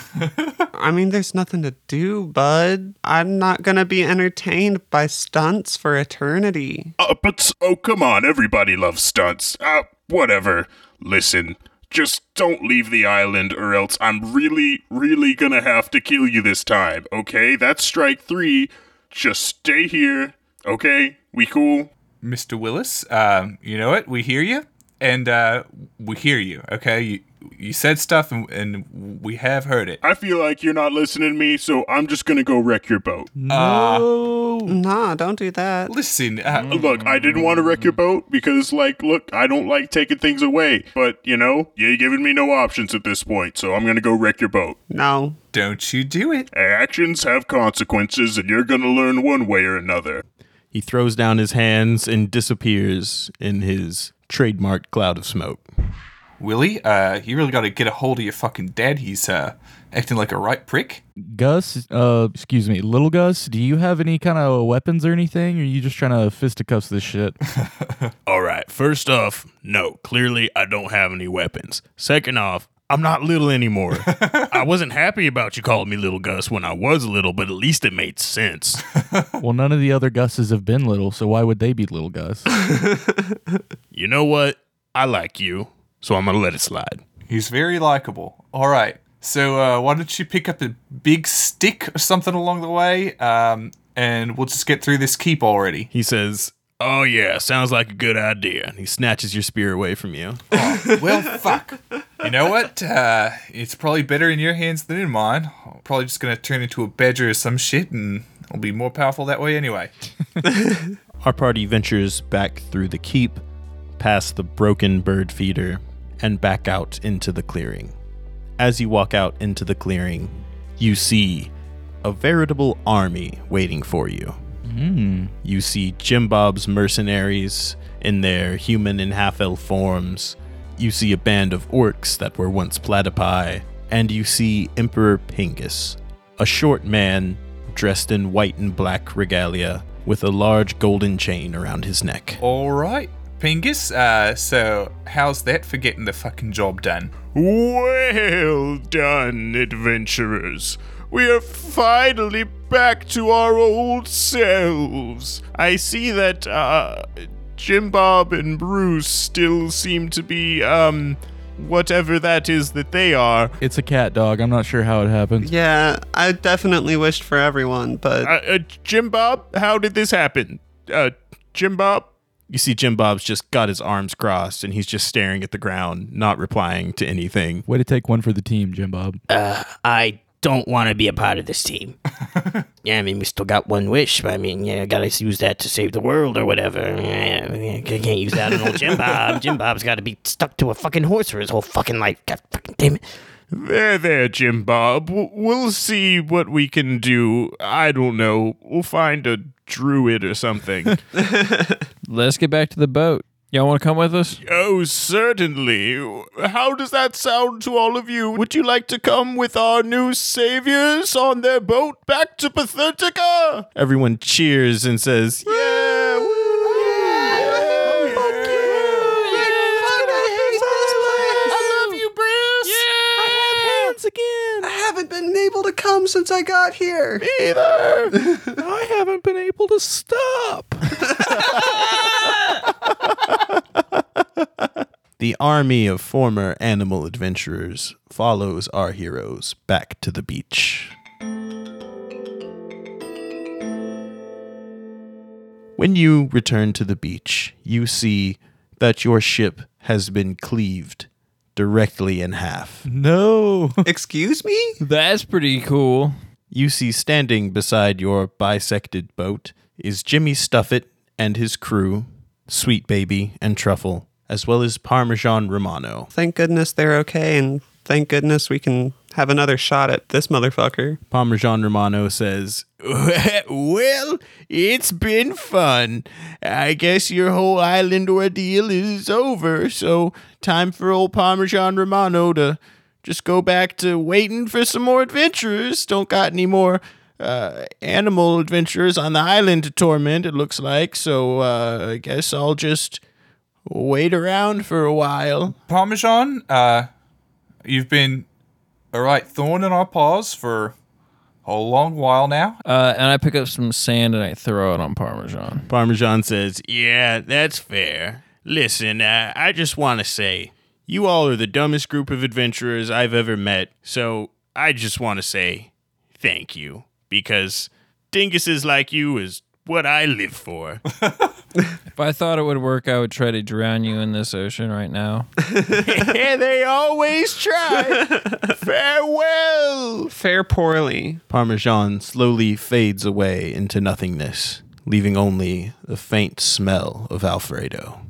Speaker 3: I mean, there's nothing to do, bud. I'm not gonna be entertained by stunts for eternity.
Speaker 10: Uh, but s- oh, come on, everybody loves stunts. Uh, whatever. Listen, just don't leave the island, or else I'm really, really gonna have to kill you this time. Okay, that's strike three. Just stay here. Okay, we cool.
Speaker 2: Mr. Willis, um, you know what? We hear you, and uh, we hear you. Okay, you you said stuff, and, and we have heard it.
Speaker 10: I feel like you're not listening to me, so I'm just gonna go wreck your boat.
Speaker 3: No. nah, don't do that.
Speaker 2: Listen, uh,
Speaker 10: Look, I didn't want to wreck your boat because, like, look, I don't like taking things away. But you know, you're giving me no options at this point, so I'm gonna go wreck your boat.
Speaker 3: No.
Speaker 2: don't you do it.
Speaker 10: Actions have consequences, and you're gonna learn one way or another.
Speaker 6: He throws down his hands and disappears in his trademark cloud of smoke.
Speaker 2: Willie, uh, you really got to get a hold of your fucking dad. He's uh, acting like a right prick.
Speaker 7: Gus, uh, excuse me, little Gus, do you have any kind of weapons or anything? Or are you just trying to fisticuffs this [LAUGHS] shit?
Speaker 9: All right. First off, no, clearly I don't have any weapons. Second off, I'm not little anymore. I wasn't happy about you calling me Little Gus when I was little, but at least it made sense.
Speaker 7: well, none of the other Gusses have been little, so why would they be little [LAUGHS] Gus?
Speaker 9: You know what? I like you, so I'm going to let it slide.
Speaker 2: He's very likable. All right. So uh, why don't you pick up a big stick or something along the way, um, and we'll just get through this keep already.
Speaker 6: He says,
Speaker 9: Oh, yeah, sounds like a good idea.
Speaker 6: and he snatches your spear away from you.
Speaker 2: [LAUGHS] well, fuck. You know what? Uh, it's probably better in your hands than in mine. I'm probably just gonna turn into a badger or some shit, and I'll be more powerful that way anyway.
Speaker 6: Our party ventures back through the keep, past the broken bird feeder, and back out into the clearing. As you walk out into the clearing, you see a veritable army waiting for you. You see Jim Bob's mercenaries in their human and half elf forms. You see a band of orcs that were once platypi. And you see Emperor Pingus, a short man dressed in white and black regalia with a large golden chain around his neck.
Speaker 2: All right, Pingus. Uh, so how's that for getting the fucking job done?
Speaker 10: Well done, adventurers. We are finally back to our old selves. I see that uh Jim Bob and Bruce still seem to be um whatever that is that they are.
Speaker 7: It's a cat dog. I'm not sure how it happens.
Speaker 3: Yeah, I definitely wished for everyone, but
Speaker 10: Uh, uh Jim Bob, how did this happen? Uh Jim Bob
Speaker 6: You see Jim Bob's just got his arms crossed and he's just staring at the ground, not replying to anything.
Speaker 7: Way to take one for the team, Jim Bob.
Speaker 8: I don't want to be a part of this team. yeah, I mean, we still got one wish. but I mean, yeah, gotta use that to save the world or whatever. Yeah, I mean, I can't use that on old Jim Bob. Jim Bob's gotta be stuck to a fucking horse for his whole fucking life. God fucking damn it.
Speaker 10: There, there, Jim Bob. W- We'll see what we can do. I don't know. We'll find a druid or something.
Speaker 6: [LAUGHS]
Speaker 1: Let's get back to the boat. Y'all want to come with us?
Speaker 10: oh, certainly. How does that sound to all of you? Would you like to come with our new saviors on their boat back to Pathetica?
Speaker 6: Everyone cheers and says,
Speaker 10: Yeah! woo!
Speaker 3: I haven't been able to come since I got here.
Speaker 7: [LAUGHS] I haven't been able to stop.
Speaker 6: [LAUGHS] The army of former animal adventurers follows our heroes back to the beach. When you return to the beach, you see that your ship has been cleaved directly in half.
Speaker 7: [LAUGHS] [LAUGHS] No.
Speaker 3: Excuse me?
Speaker 1: That's pretty cool.
Speaker 6: You see standing beside your bisected boat is Jimmy Stuffit and his crew,
Speaker 11: sweet baby, and truffle, as well as Parmesan Romano.
Speaker 3: Thank goodness they're okay, and thank goodness we can have another shot at this motherfucker.
Speaker 11: Parmesan Romano says,
Speaker 6: [LAUGHS] well, it's been fun. I guess your whole island ordeal is over, so time for old Parmesan Romano to just go back to waiting for some more adventurers. Don't got any more uh, animal adventurers on the island to torment, it looks like, so uh, I guess I'll just wait around for a while.
Speaker 2: Parmesan, uh, you've been a right thorn in our paws for a long while now.
Speaker 1: Uh, and I pick up some sand and I throw it on Parmesan.
Speaker 11: Parmesan says,
Speaker 6: Yeah, that's fair. Listen, uh, I just want to say, you all are the dumbest group of adventurers I've ever met, so I just want to say thank you, because dinguses like you is what I live for.
Speaker 1: If I thought it would work, I would try to drown you in this ocean right now.
Speaker 6: and they always try. Farewell!
Speaker 3: Fare poorly.
Speaker 11: Parmesan slowly fades away into nothingness, leaving only the faint smell of Alfredo.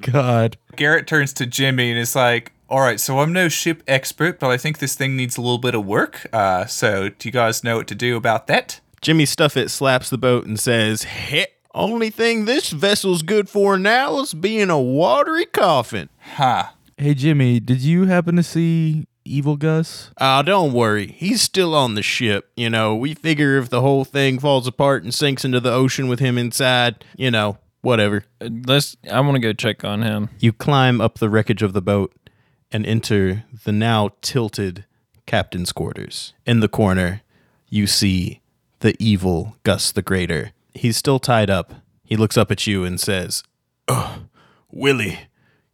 Speaker 11: God.
Speaker 2: Garrett turns to Jimmy and is like, all right, so I'm no ship expert, but I think this thing needs a little bit of work. Uh, so do you guys know what to do about that?
Speaker 11: Jimmy Stuffit slaps the boat and says,
Speaker 6: Heh, only thing this vessel's good for now is being a watery coffin.
Speaker 2: Huh.
Speaker 7: Hey Jimmy, did you happen to see Evil Gus?
Speaker 6: Ah, don't worry. He's still on the ship. You know, we figure if the whole thing falls apart and sinks into the ocean with him inside, you know, whatever.
Speaker 1: Uh, Let's. I want to go check on him.
Speaker 11: You climb up the wreckage of the boat and enter the now tilted captain's quarters. In the corner, you see the evil Gus the Greater. He's still tied up. He looks up at you and says,
Speaker 6: Willie,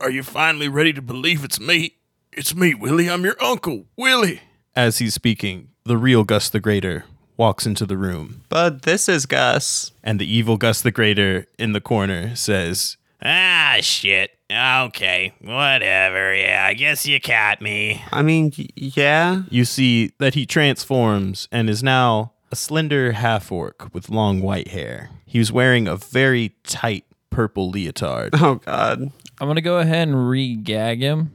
Speaker 6: are you finally ready to believe it's me? It's me, Willie. I'm your uncle, Willie.
Speaker 11: as he's speaking, the real Gus the Greater walks into the room,
Speaker 3: Bud, this is Gus.
Speaker 11: and the evil Gus the Greater in the corner says,
Speaker 6: Ah, shit. Okay, whatever. Yeah, I guess you caught me.
Speaker 3: I mean, y- yeah.
Speaker 11: You see that he transforms and is now a slender half orc with long white hair. He was wearing a very tight purple leotard.
Speaker 6: [LAUGHS]
Speaker 3: Oh, God.
Speaker 1: I'm gonna go ahead and re-gag him.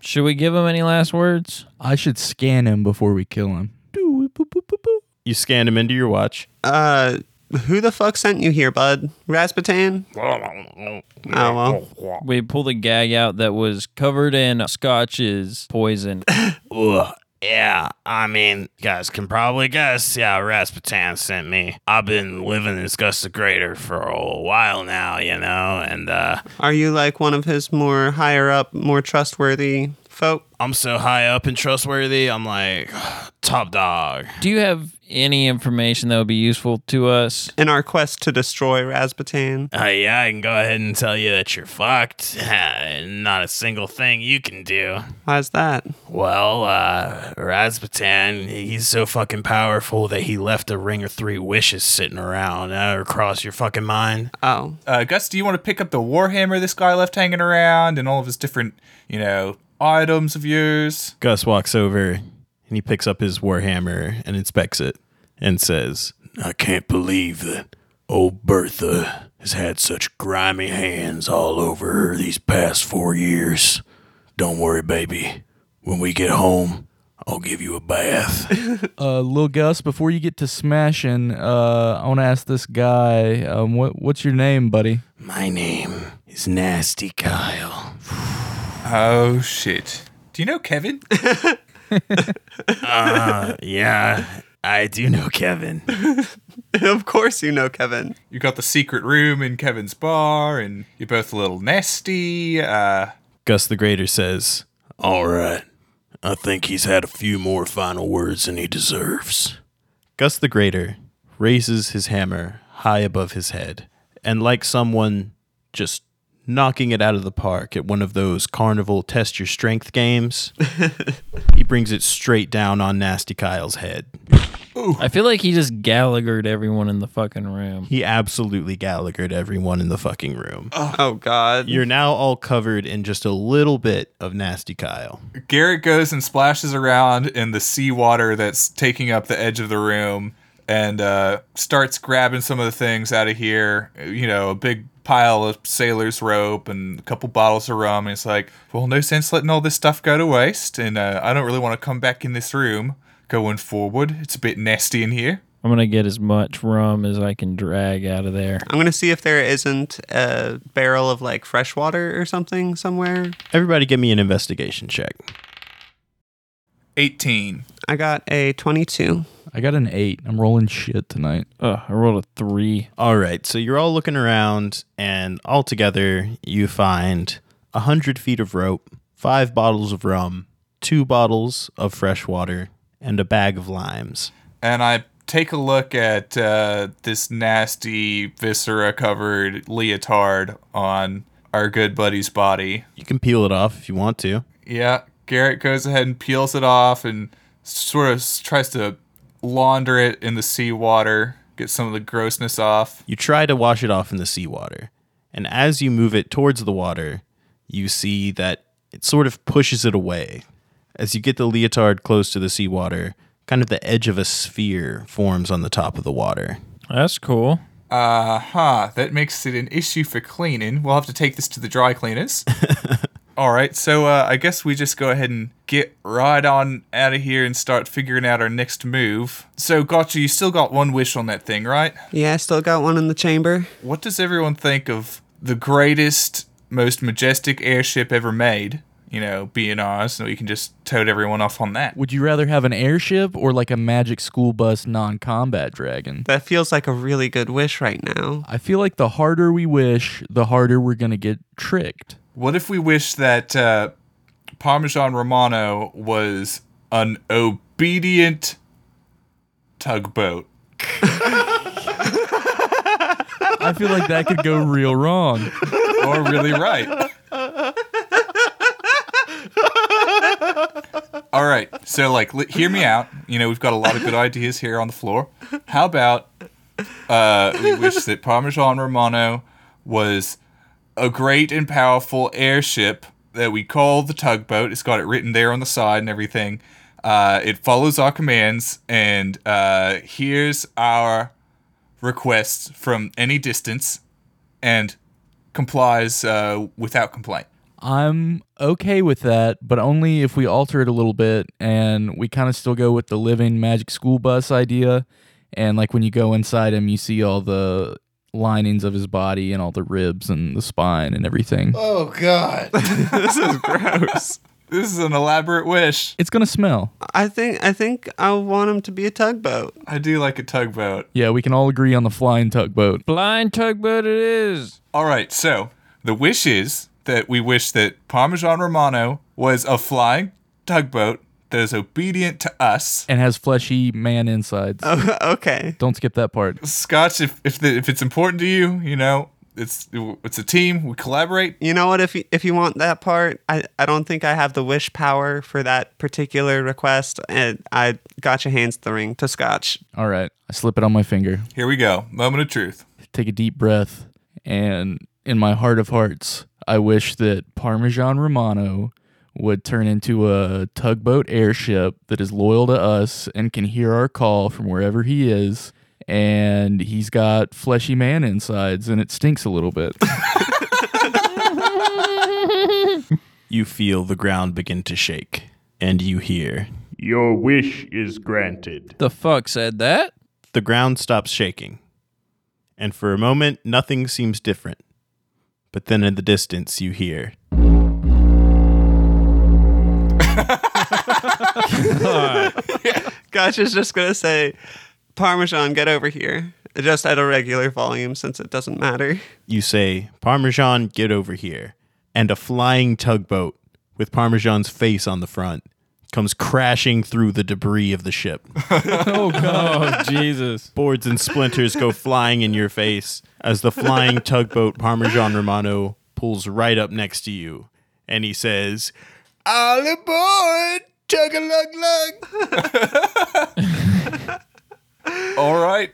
Speaker 1: Should we give him any last words?
Speaker 7: I should scan him before we kill him. Doo, boop, boop, boop, boop.
Speaker 11: You scan him into your watch.
Speaker 3: Uh, who the fuck sent you here, Bud? Rasputin? Oh, well.
Speaker 1: We pulled a gag out that was covered in Scotch's [LAUGHS] poison.
Speaker 6: Ugh. Yeah, I mean, you guys can probably guess. Yeah, Rasputin sent me. I've been living in Gus the Greater for a while now, you know, and uh,
Speaker 3: Are you like one of his more higher up, more trustworthy folk?
Speaker 6: I'm so high up and trustworthy. I'm like [SIGHS] top dog.
Speaker 1: Do you have any information that would be useful to us?
Speaker 3: In our quest to destroy Rasputin,
Speaker 6: Uh, yeah, I can go ahead and tell you that you're fucked. [LAUGHS] Not a single thing you can do.
Speaker 3: why's that?
Speaker 6: Well, uh, Rasputin, he's so fucking powerful that he left a ring of three wishes sitting around uh, across your fucking mind.
Speaker 3: Oh, [LAUGHS]
Speaker 2: Uh, Gus, do you want to pick up the warhammer this guy left hanging around and all of his different, you know, items of yours?
Speaker 11: Gus walks over and he picks up his warhammer and inspects it and says,
Speaker 6: I can't believe that old Bertha has had such grimy hands all over her these past four years. Don't worry, baby. When we get home, I'll give you a bath.
Speaker 7: Uh, Lil Gus, before you get to smashing, uh, I want to ask this guy, um, what what's your name, buddy?
Speaker 6: My name is Nasty Kyle.
Speaker 2: Oh, shit. Do you know Kevin?
Speaker 6: Yeah, I do know Kevin.
Speaker 3: of course you know Kevin.
Speaker 2: you got the secret room in Kevin's bar, and you're both a little nasty. Uh,
Speaker 11: Gus the Greater says,
Speaker 6: All right. I think he's had a few more final words than he deserves.
Speaker 11: Gus the Greater raises his hammer high above his head, and like someone just knocking it out of the park at one of those carnival test your strength
Speaker 6: [LAUGHS]
Speaker 11: games, he brings it straight down on Nasty Kyle's head.
Speaker 1: I feel like he just Gallaghered everyone in the fucking room.
Speaker 11: He absolutely Gallaghered everyone in the fucking room.
Speaker 3: Oh God.
Speaker 11: You're now all covered in just a little bit of Nasty Kyle.
Speaker 2: Garrett goes and splashes around in the seawater that's taking up the edge of the room. and uh, starts grabbing some of the things out of here. You know, a big pile of sailor's rope and a couple bottles of rum. And it's like, well, no sense letting all this stuff go to waste. And uh, I don't really want to come back in this room going forward. It's a bit nasty in here.
Speaker 1: I'm gonna get as much rum as I can drag out of there.
Speaker 3: I'm gonna see if there isn't a barrel of like fresh water or something somewhere.
Speaker 6: Everybody, give me an investigation check.
Speaker 2: 18.
Speaker 3: I got a 22.
Speaker 7: I got an eight. I'm rolling shit tonight.
Speaker 1: Ugh, I rolled a three.
Speaker 6: All right, so you're all looking around, and all together you find a hundred feet of rope, five bottles of rum, two bottles of fresh water, and a bag of limes.
Speaker 2: and I take a look at uh, this nasty viscera covered leotard on our good buddy's body.
Speaker 6: You can peel it off if you want to.
Speaker 2: Yeah, Garrett goes ahead and peels it off and sort of s- tries to launder it in the seawater, get some of the grossness off.
Speaker 6: You try to wash it off in the seawater, and as you move it towards the water, you see that it sort of pushes it away. As you get the leotard close to the seawater, kind of the edge of a sphere forms on the top of the water.
Speaker 1: That's cool.
Speaker 2: Uh huh. That makes it an issue for cleaning. We'll have to take this to the dry cleaners. All right, so uh, I guess we just go ahead and get right on out of here and start figuring out our next move. So, gotcha. You still got one wish on that thing, right?
Speaker 3: Yeah, I still got one in the chamber.
Speaker 2: What does everyone think of the greatest, most majestic airship ever made? You know, being ours, and we can just tote everyone off on that.
Speaker 7: Would you rather have an airship or like a magic school bus non combat dragon?
Speaker 3: That feels like a really good wish right now.
Speaker 7: I feel like the harder we wish, the harder we're going to get tricked.
Speaker 2: What if we wish that uh, Parmesan Romano was an obedient tugboat?
Speaker 7: I feel like that could go real wrong.
Speaker 2: or really right. All right, so like, li- hear me out. You know, we've got a lot of good ideas here on the floor. How about uh, we wish that Parmesan Romano was a great and powerful airship that we call the tugboat. It's got it written there on the side and everything. Uh, it follows our commands, and uh, here's our requests from any distance, and complies uh, without complaint.
Speaker 7: I'm okay with that, but only if we alter it a little bit and we kind of still go with the living magic school bus idea. And like when you go inside him, you see all the linings of his body and all the ribs and the spine and everything.
Speaker 12: Oh God.
Speaker 3: this is gross.
Speaker 2: This is an elaborate wish.
Speaker 7: It's going to smell.
Speaker 3: I think I think I want him to be a tugboat. [LAUGHS]
Speaker 2: I do like a tugboat.
Speaker 7: Yeah, we can all agree on the flying tugboat.
Speaker 1: Blind tugboat it is.
Speaker 2: All right, so the wish is that we wish that Parmesan Romano was a flying tugboat that is obedient to us.
Speaker 7: And has fleshy man insides.
Speaker 3: Uh, okay.
Speaker 7: Don't skip that part.
Speaker 2: Scotch, if if, the, if it's important to you, you know, it's it's a team. We collaborate.
Speaker 3: You know what? If you, if you want that part, I, I don't think I have the wish power for that particular request. And I gotcha hands the ring to Scotch.
Speaker 7: All right, I slip it on my finger.
Speaker 2: Here we go. Moment of truth.
Speaker 7: take a deep breath, and in my heart of hearts, I wish that Parmesan Romano would turn into a tugboat airship that is loyal to us and can hear our call from wherever he is. And he's got fleshy man insides, and it stinks a little bit.
Speaker 6: You feel the ground begin to shake, and you hear.
Speaker 10: Your wish is granted.
Speaker 1: The fuck said that?
Speaker 6: The ground stops shaking, and for a moment, nothing seems different. But then in the distance, you hear.
Speaker 3: Gotcha's just gonna say, Parmesan, get over here. Just at a regular volume since it doesn't matter.
Speaker 6: You say, Parmesan, get over here. And a flying tugboat with Parmesan's face on the front comes crashing through the debris of the ship.
Speaker 1: [LAUGHS] Oh
Speaker 7: [LAUGHS]
Speaker 1: god, Jesus.
Speaker 6: Boards and splinters go flying in your face as the flying tugboat Parmesan Romano pulls right up next to you. And he says,
Speaker 12: All aboard! Chug a lug lug!
Speaker 2: All right.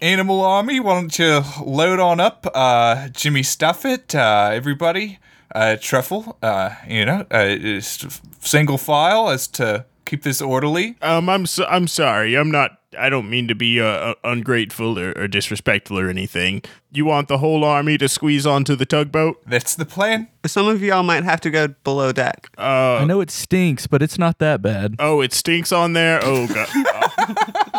Speaker 2: Animal Army, why don't you load on up? Uh, Jimmy Stuffit, uh, everybody, uh, Truffle, uh, you know, uh, just single file as to keep this orderly.
Speaker 10: Um, I'm so- I'm sorry. I'm not I don't mean to be uh, uh, ungrateful or, or disrespectful or anything. You want the whole army to squeeze onto the tugboat?
Speaker 2: That's the plan.
Speaker 3: Some of y'all might have to go below deck.
Speaker 10: Uh,
Speaker 7: I know it stinks, but it's not
Speaker 1: [LAUGHS]
Speaker 7: that bad.
Speaker 10: Oh, it stinks on there. Oh god.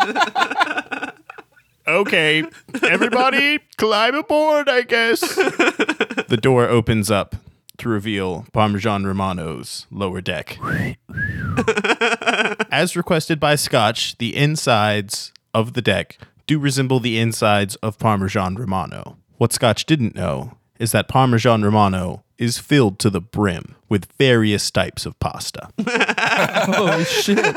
Speaker 10: [LAUGHS] okay, everybody, climb aboard. I guess.
Speaker 6: The door opens up to reveal Parmesan Romano's lower deck. As requested by Scotch, the insides of the deck do resemble the insides of Parmesan Romano. What Scotch didn't know is that Parmesan Romano is filled to the brim with various types of pasta.
Speaker 7: oh shit.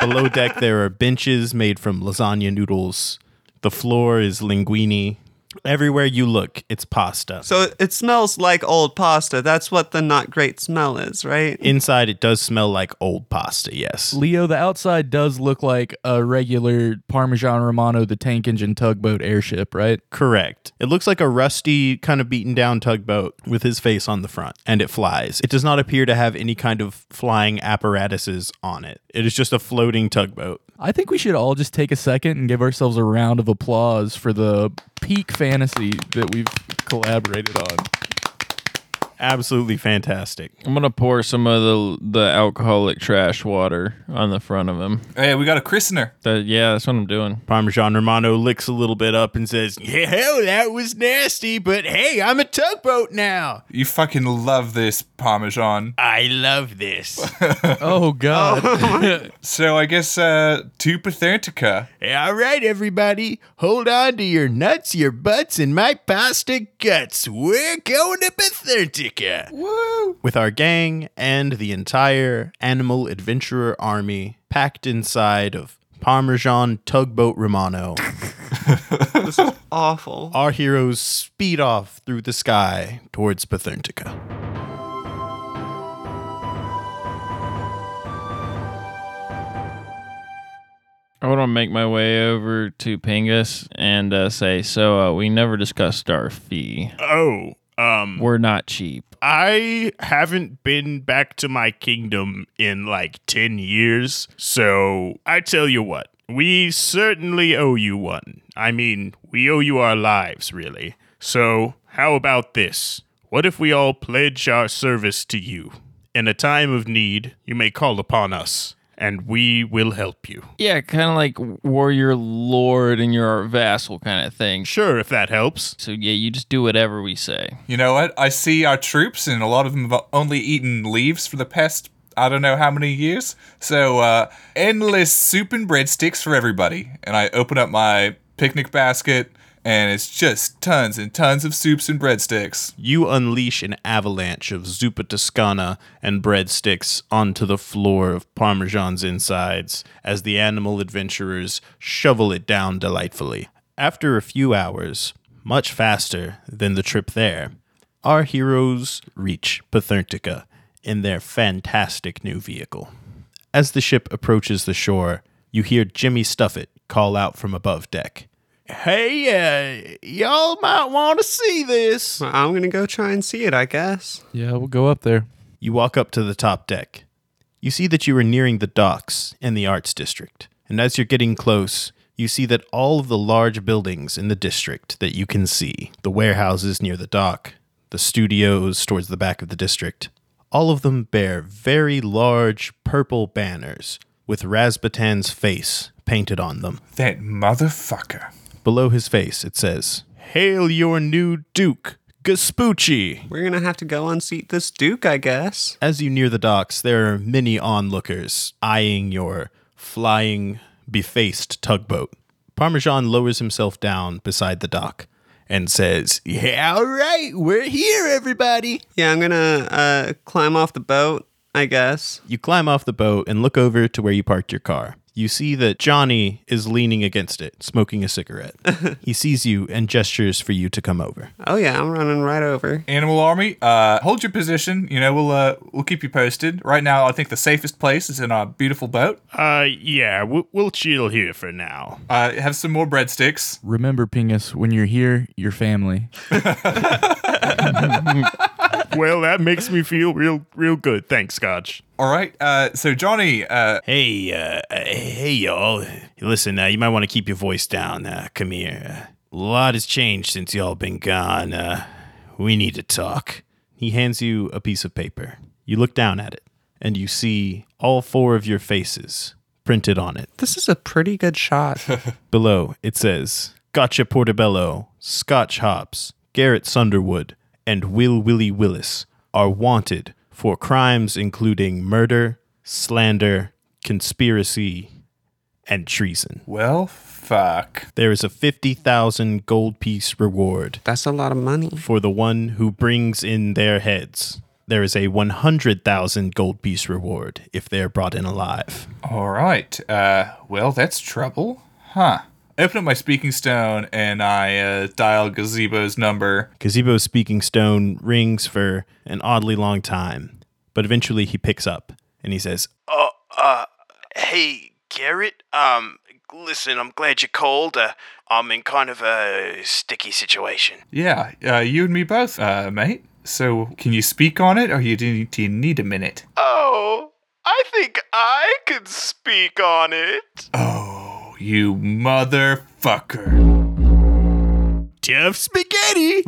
Speaker 6: Below deck, there are benches made from lasagna noodles. The floor is linguine. Everywhere you look, it's pasta.
Speaker 3: So it smells like old pasta. That's what the not great smell is, right?
Speaker 6: Inside, it does smell like old pasta, yes.
Speaker 7: Leo, the outside does look like a regular Parmesan Romano, the tank engine tugboat airship, right?
Speaker 6: Correct. It looks like a rusty, kind of beaten down tugboat with his face on the front, and it flies. It does not appear to have any kind of flying apparatuses on it. It is just a floating tugboat.
Speaker 7: I think we should all just take a second and give ourselves a round of applause for the peak fantasy that we've collaborated on.
Speaker 6: Absolutely fantastic.
Speaker 1: I'm gonna pour some of the the alcoholic trash water on the front of him.
Speaker 2: Hey, we got a christener.
Speaker 1: yeah, that's what I'm doing.
Speaker 6: Parmesan Romano licks a little bit up and says,
Speaker 1: "Yeah,
Speaker 6: Hell, that was nasty, but hey, I'm a tugboat now.
Speaker 2: You fucking love this Parmesan.
Speaker 6: I love this.
Speaker 7: oh God.
Speaker 2: so I guess uh to Pathantica.
Speaker 6: All right, everybody, hold on to your nuts, your butts, and my pasta guts. We're going to Pathertica.
Speaker 2: Woo!
Speaker 6: With our gang and the entire animal adventurer army packed inside of Parmesan Tugboat Romano,
Speaker 3: this is awful.
Speaker 6: our heroes speed off through the sky towards Pathertica.
Speaker 1: I want to make my way over to Pingus and uh, say, so uh, we never discussed our fee.
Speaker 10: Oh, um,
Speaker 1: We're not cheap.
Speaker 10: I haven't been back to my kingdom in like 10 years. So I tell you what, we certainly owe you one. I mean, we owe you our lives, really. So how about this? What if we all pledge our service to you? In a time of need, you may call upon us, and we will help you.
Speaker 1: Yeah, kind of like warrior lord and your vassal kind of thing.
Speaker 10: Sure, if that helps.
Speaker 1: So yeah, you just do whatever we say.
Speaker 2: You know what? I see our troops, and a lot of them have only eaten leaves for the past I don't know how many years. So uh, endless soup and breadsticks for everybody. And I open up my picnic basket, and it's just tons and tons of soups and breadsticks.
Speaker 6: You unleash an avalanche of zuppa toscana and breadsticks onto the floor of Parmesan's insides as the animal adventurers shovel it down delightfully. After a few hours, much faster than the trip there, our heroes reach Pathertica in their fantastic new vehicle. As the ship approaches the shore, you hear Jimmy Stuffit call out from above deck.
Speaker 10: Hey, uh, y'all might want to see this.
Speaker 3: I'm going to go try and see it, I guess.
Speaker 7: [LAUGHS] Yeah, we'll go up there.
Speaker 6: You walk up to the top deck. You see that you are nearing the docks and the arts district. And as you're getting close, you see that all of the large buildings in the district that you can see, the warehouses near the dock, the studios towards the back of the district, all of them bear very large purple banners with Razbatan's face painted on them.
Speaker 2: That motherfucker.
Speaker 6: Below his face, it says, Hail your new Duke, Gaspucci!
Speaker 3: We're going to have to go unseat this Duke, I guess.
Speaker 6: As you near the docks, there are many onlookers eyeing your flying, befaced tugboat. Parmesan lowers himself down beside the dock and says, Yeah, all right, we're here, everybody.
Speaker 3: Yeah, I'm going to uh, climb off the boat, I guess.
Speaker 6: You climb off the boat and look over to where you parked your car. You see that Johnny is leaning against it, smoking a
Speaker 10: [LAUGHS]
Speaker 6: cigarette. he sees you and gestures for you to come over.
Speaker 3: Oh, yeah, I'm running right over.
Speaker 2: Animal Army, uh, hold your position. You know, we'll uh, we'll keep you posted. Right now, I think the safest place is in our beautiful boat.
Speaker 10: Uh, yeah, we'll, we'll chill here for now.
Speaker 2: Uh, have some more breadsticks.
Speaker 7: Remember, Pingus, when you're here, you're family.
Speaker 10: well, that makes me feel real, real good. Thanks, Scotch.
Speaker 4: All right. Uh, so Johnny. Uh,
Speaker 13: hey, uh, uh, hey, y'all. Listen, uh, you might want to keep your voice down. Uh, come here. A lot has changed since y'all been gone. Uh, we need to talk.
Speaker 6: He hands you a piece of paper. You look down at it, and you see all four of your faces printed on it.
Speaker 3: This is a pretty good shot.
Speaker 6: Below, it says Gotcha Portobello, Scotch Hops, Garrett Sunderwood, and Will Willie Willis are wanted for crimes including murder, slander, conspiracy, and treason.
Speaker 4: Well, fuck.
Speaker 6: There is a 50,000 gold piece reward.
Speaker 3: That's a lot of money.
Speaker 6: For the one who brings in their heads. There is a 100,000 gold piece reward if they're brought in alive.
Speaker 4: All right. Uh, well, that's trouble, huh? I open up my speaking stone and I uh, dial Gazebo's number.
Speaker 6: Gazebo's speaking stone rings for an oddly long time, but eventually he picks up and he says,
Speaker 14: Oh, uh, hey, Garrett. Um, listen, I'm glad you called. Uh, I'm in kind of a sticky situation.
Speaker 4: Yeah, uh, you and me both, uh, mate. So can you speak on it, or you do, do you need a minute?
Speaker 14: Oh, I think I could speak on it.
Speaker 4: Oh, you motherfucker!
Speaker 13: Tough spaghetti.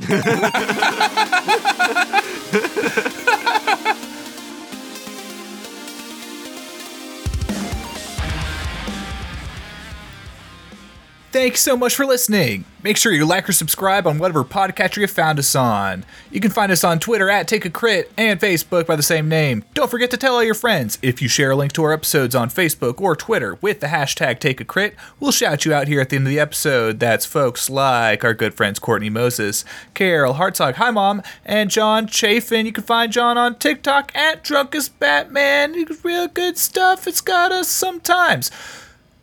Speaker 2: Thanks so much for listening. Make sure you like or subscribe on whatever podcatcher you found us on. You can find us on Twitter at Take a Crit and Facebook by the same name. Don't forget to tell all your friends. If you share a link to our episodes on Facebook or Twitter with the hashtag Take a Crit, we'll shout you out here at the end of the episode. That's folks like our good friends Courtney Moses, Carol Hartzog, Hi Mom, and John Chafin. You can find John on TikTok at Drunkest Batman. Real good stuff. It's got us sometimes.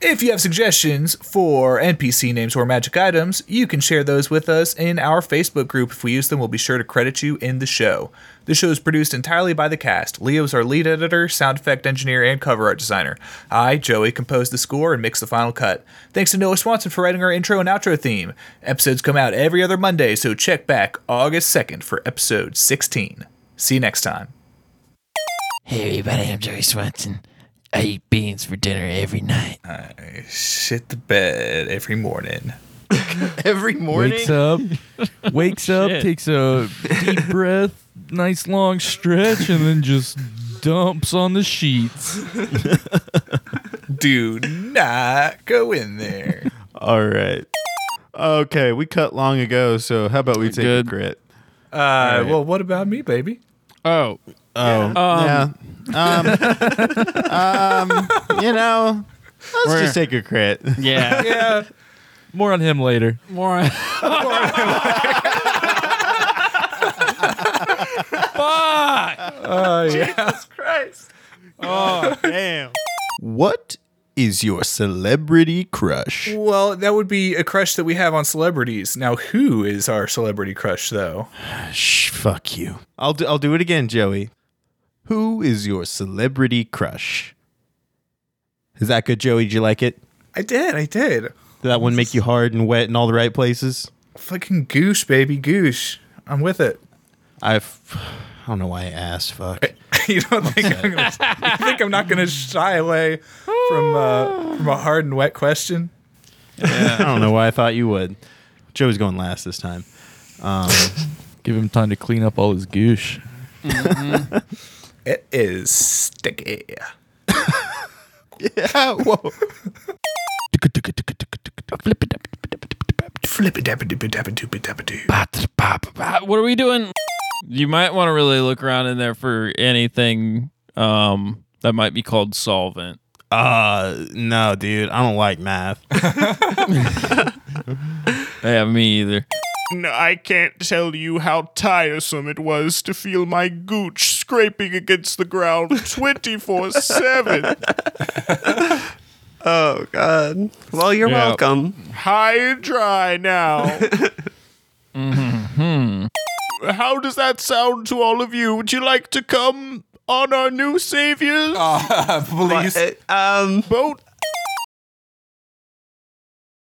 Speaker 2: If you have suggestions for NPC names or magic items, you can share those with us in our Facebook group. If we use them, we'll be sure to credit you in the show. The show is produced entirely by the cast. Leo's our lead editor, sound effect engineer, and cover art designer. I, Joey, composed the score and mixed the final cut. Thanks to Noah Swanson for writing our intro and outro theme. Episodes come out every other Monday, so check back August 2nd for episode 16. See you next time.
Speaker 1: Hey, everybody, I'm Joey Swanson. I eat beans for dinner every night.
Speaker 4: I shit the bed every morning.
Speaker 6: Every
Speaker 7: Wakes [LAUGHS] up, wakes up,
Speaker 1: Shit.
Speaker 7: takes a [LAUGHS] deep breath, nice long stretch, and then just dumps on the sheets.
Speaker 2: Do not go in there.
Speaker 6: All right. Okay, we cut long ago, so how about we take a crit?
Speaker 2: Uh, Well, what about me, baby?
Speaker 6: Oh. Oh.
Speaker 2: Yeah.
Speaker 6: Yeah. Um, um, you know, let's
Speaker 7: We're-
Speaker 6: just take a crit.
Speaker 7: Yeah.
Speaker 2: Yeah.
Speaker 7: More on him later.
Speaker 1: More. Fuck!
Speaker 2: Oh, yeah.
Speaker 14: Jesus Christ.
Speaker 6: Oh, damn. What is your celebrity crush?
Speaker 2: Well, that would be a crush that we have on celebrities. Now, who is our celebrity crush, though?
Speaker 6: Shh, fuck you. I'll do, I'll do it again, Joey. Who is your celebrity crush? Is that good, Joey? Did you like it?
Speaker 2: I did. I did.
Speaker 6: Did that one make you hard and wet in all the right places?
Speaker 2: Fucking goose, baby, goose. I'm with it. [LAUGHS]
Speaker 6: I, f- I don't know why I asked. Fuck.
Speaker 2: you don't think I'm gonna, you think I'm not gonna shy away from uh, from a hard and wet question?
Speaker 6: I don't know why I thought you would. Joey's going last this time. Um,
Speaker 7: Give him time to clean up all his goosh.
Speaker 2: It is sticky. [LAUGHS]
Speaker 6: yeah. Whoa.
Speaker 2: Flip it, dapper, dipper, dapper, dooper, dapper, doo.
Speaker 1: Ah, What are we doing? You might want to really look around in there for anything um, that might be called solvent.
Speaker 6: Uh, no, dude. I don't like math.
Speaker 1: Yeah, me either.
Speaker 13: No, I can't tell you how tiresome it was to feel my gooch scraping against the ground 24 7.
Speaker 3: oh, God. Well, you're
Speaker 1: Yeah.
Speaker 3: welcome.
Speaker 13: High and dry now.
Speaker 1: Hmm.
Speaker 13: How does that sound to all of you? Would you like to come on our new saviors?
Speaker 4: Uh, please.
Speaker 3: But, uh, um,
Speaker 13: Boat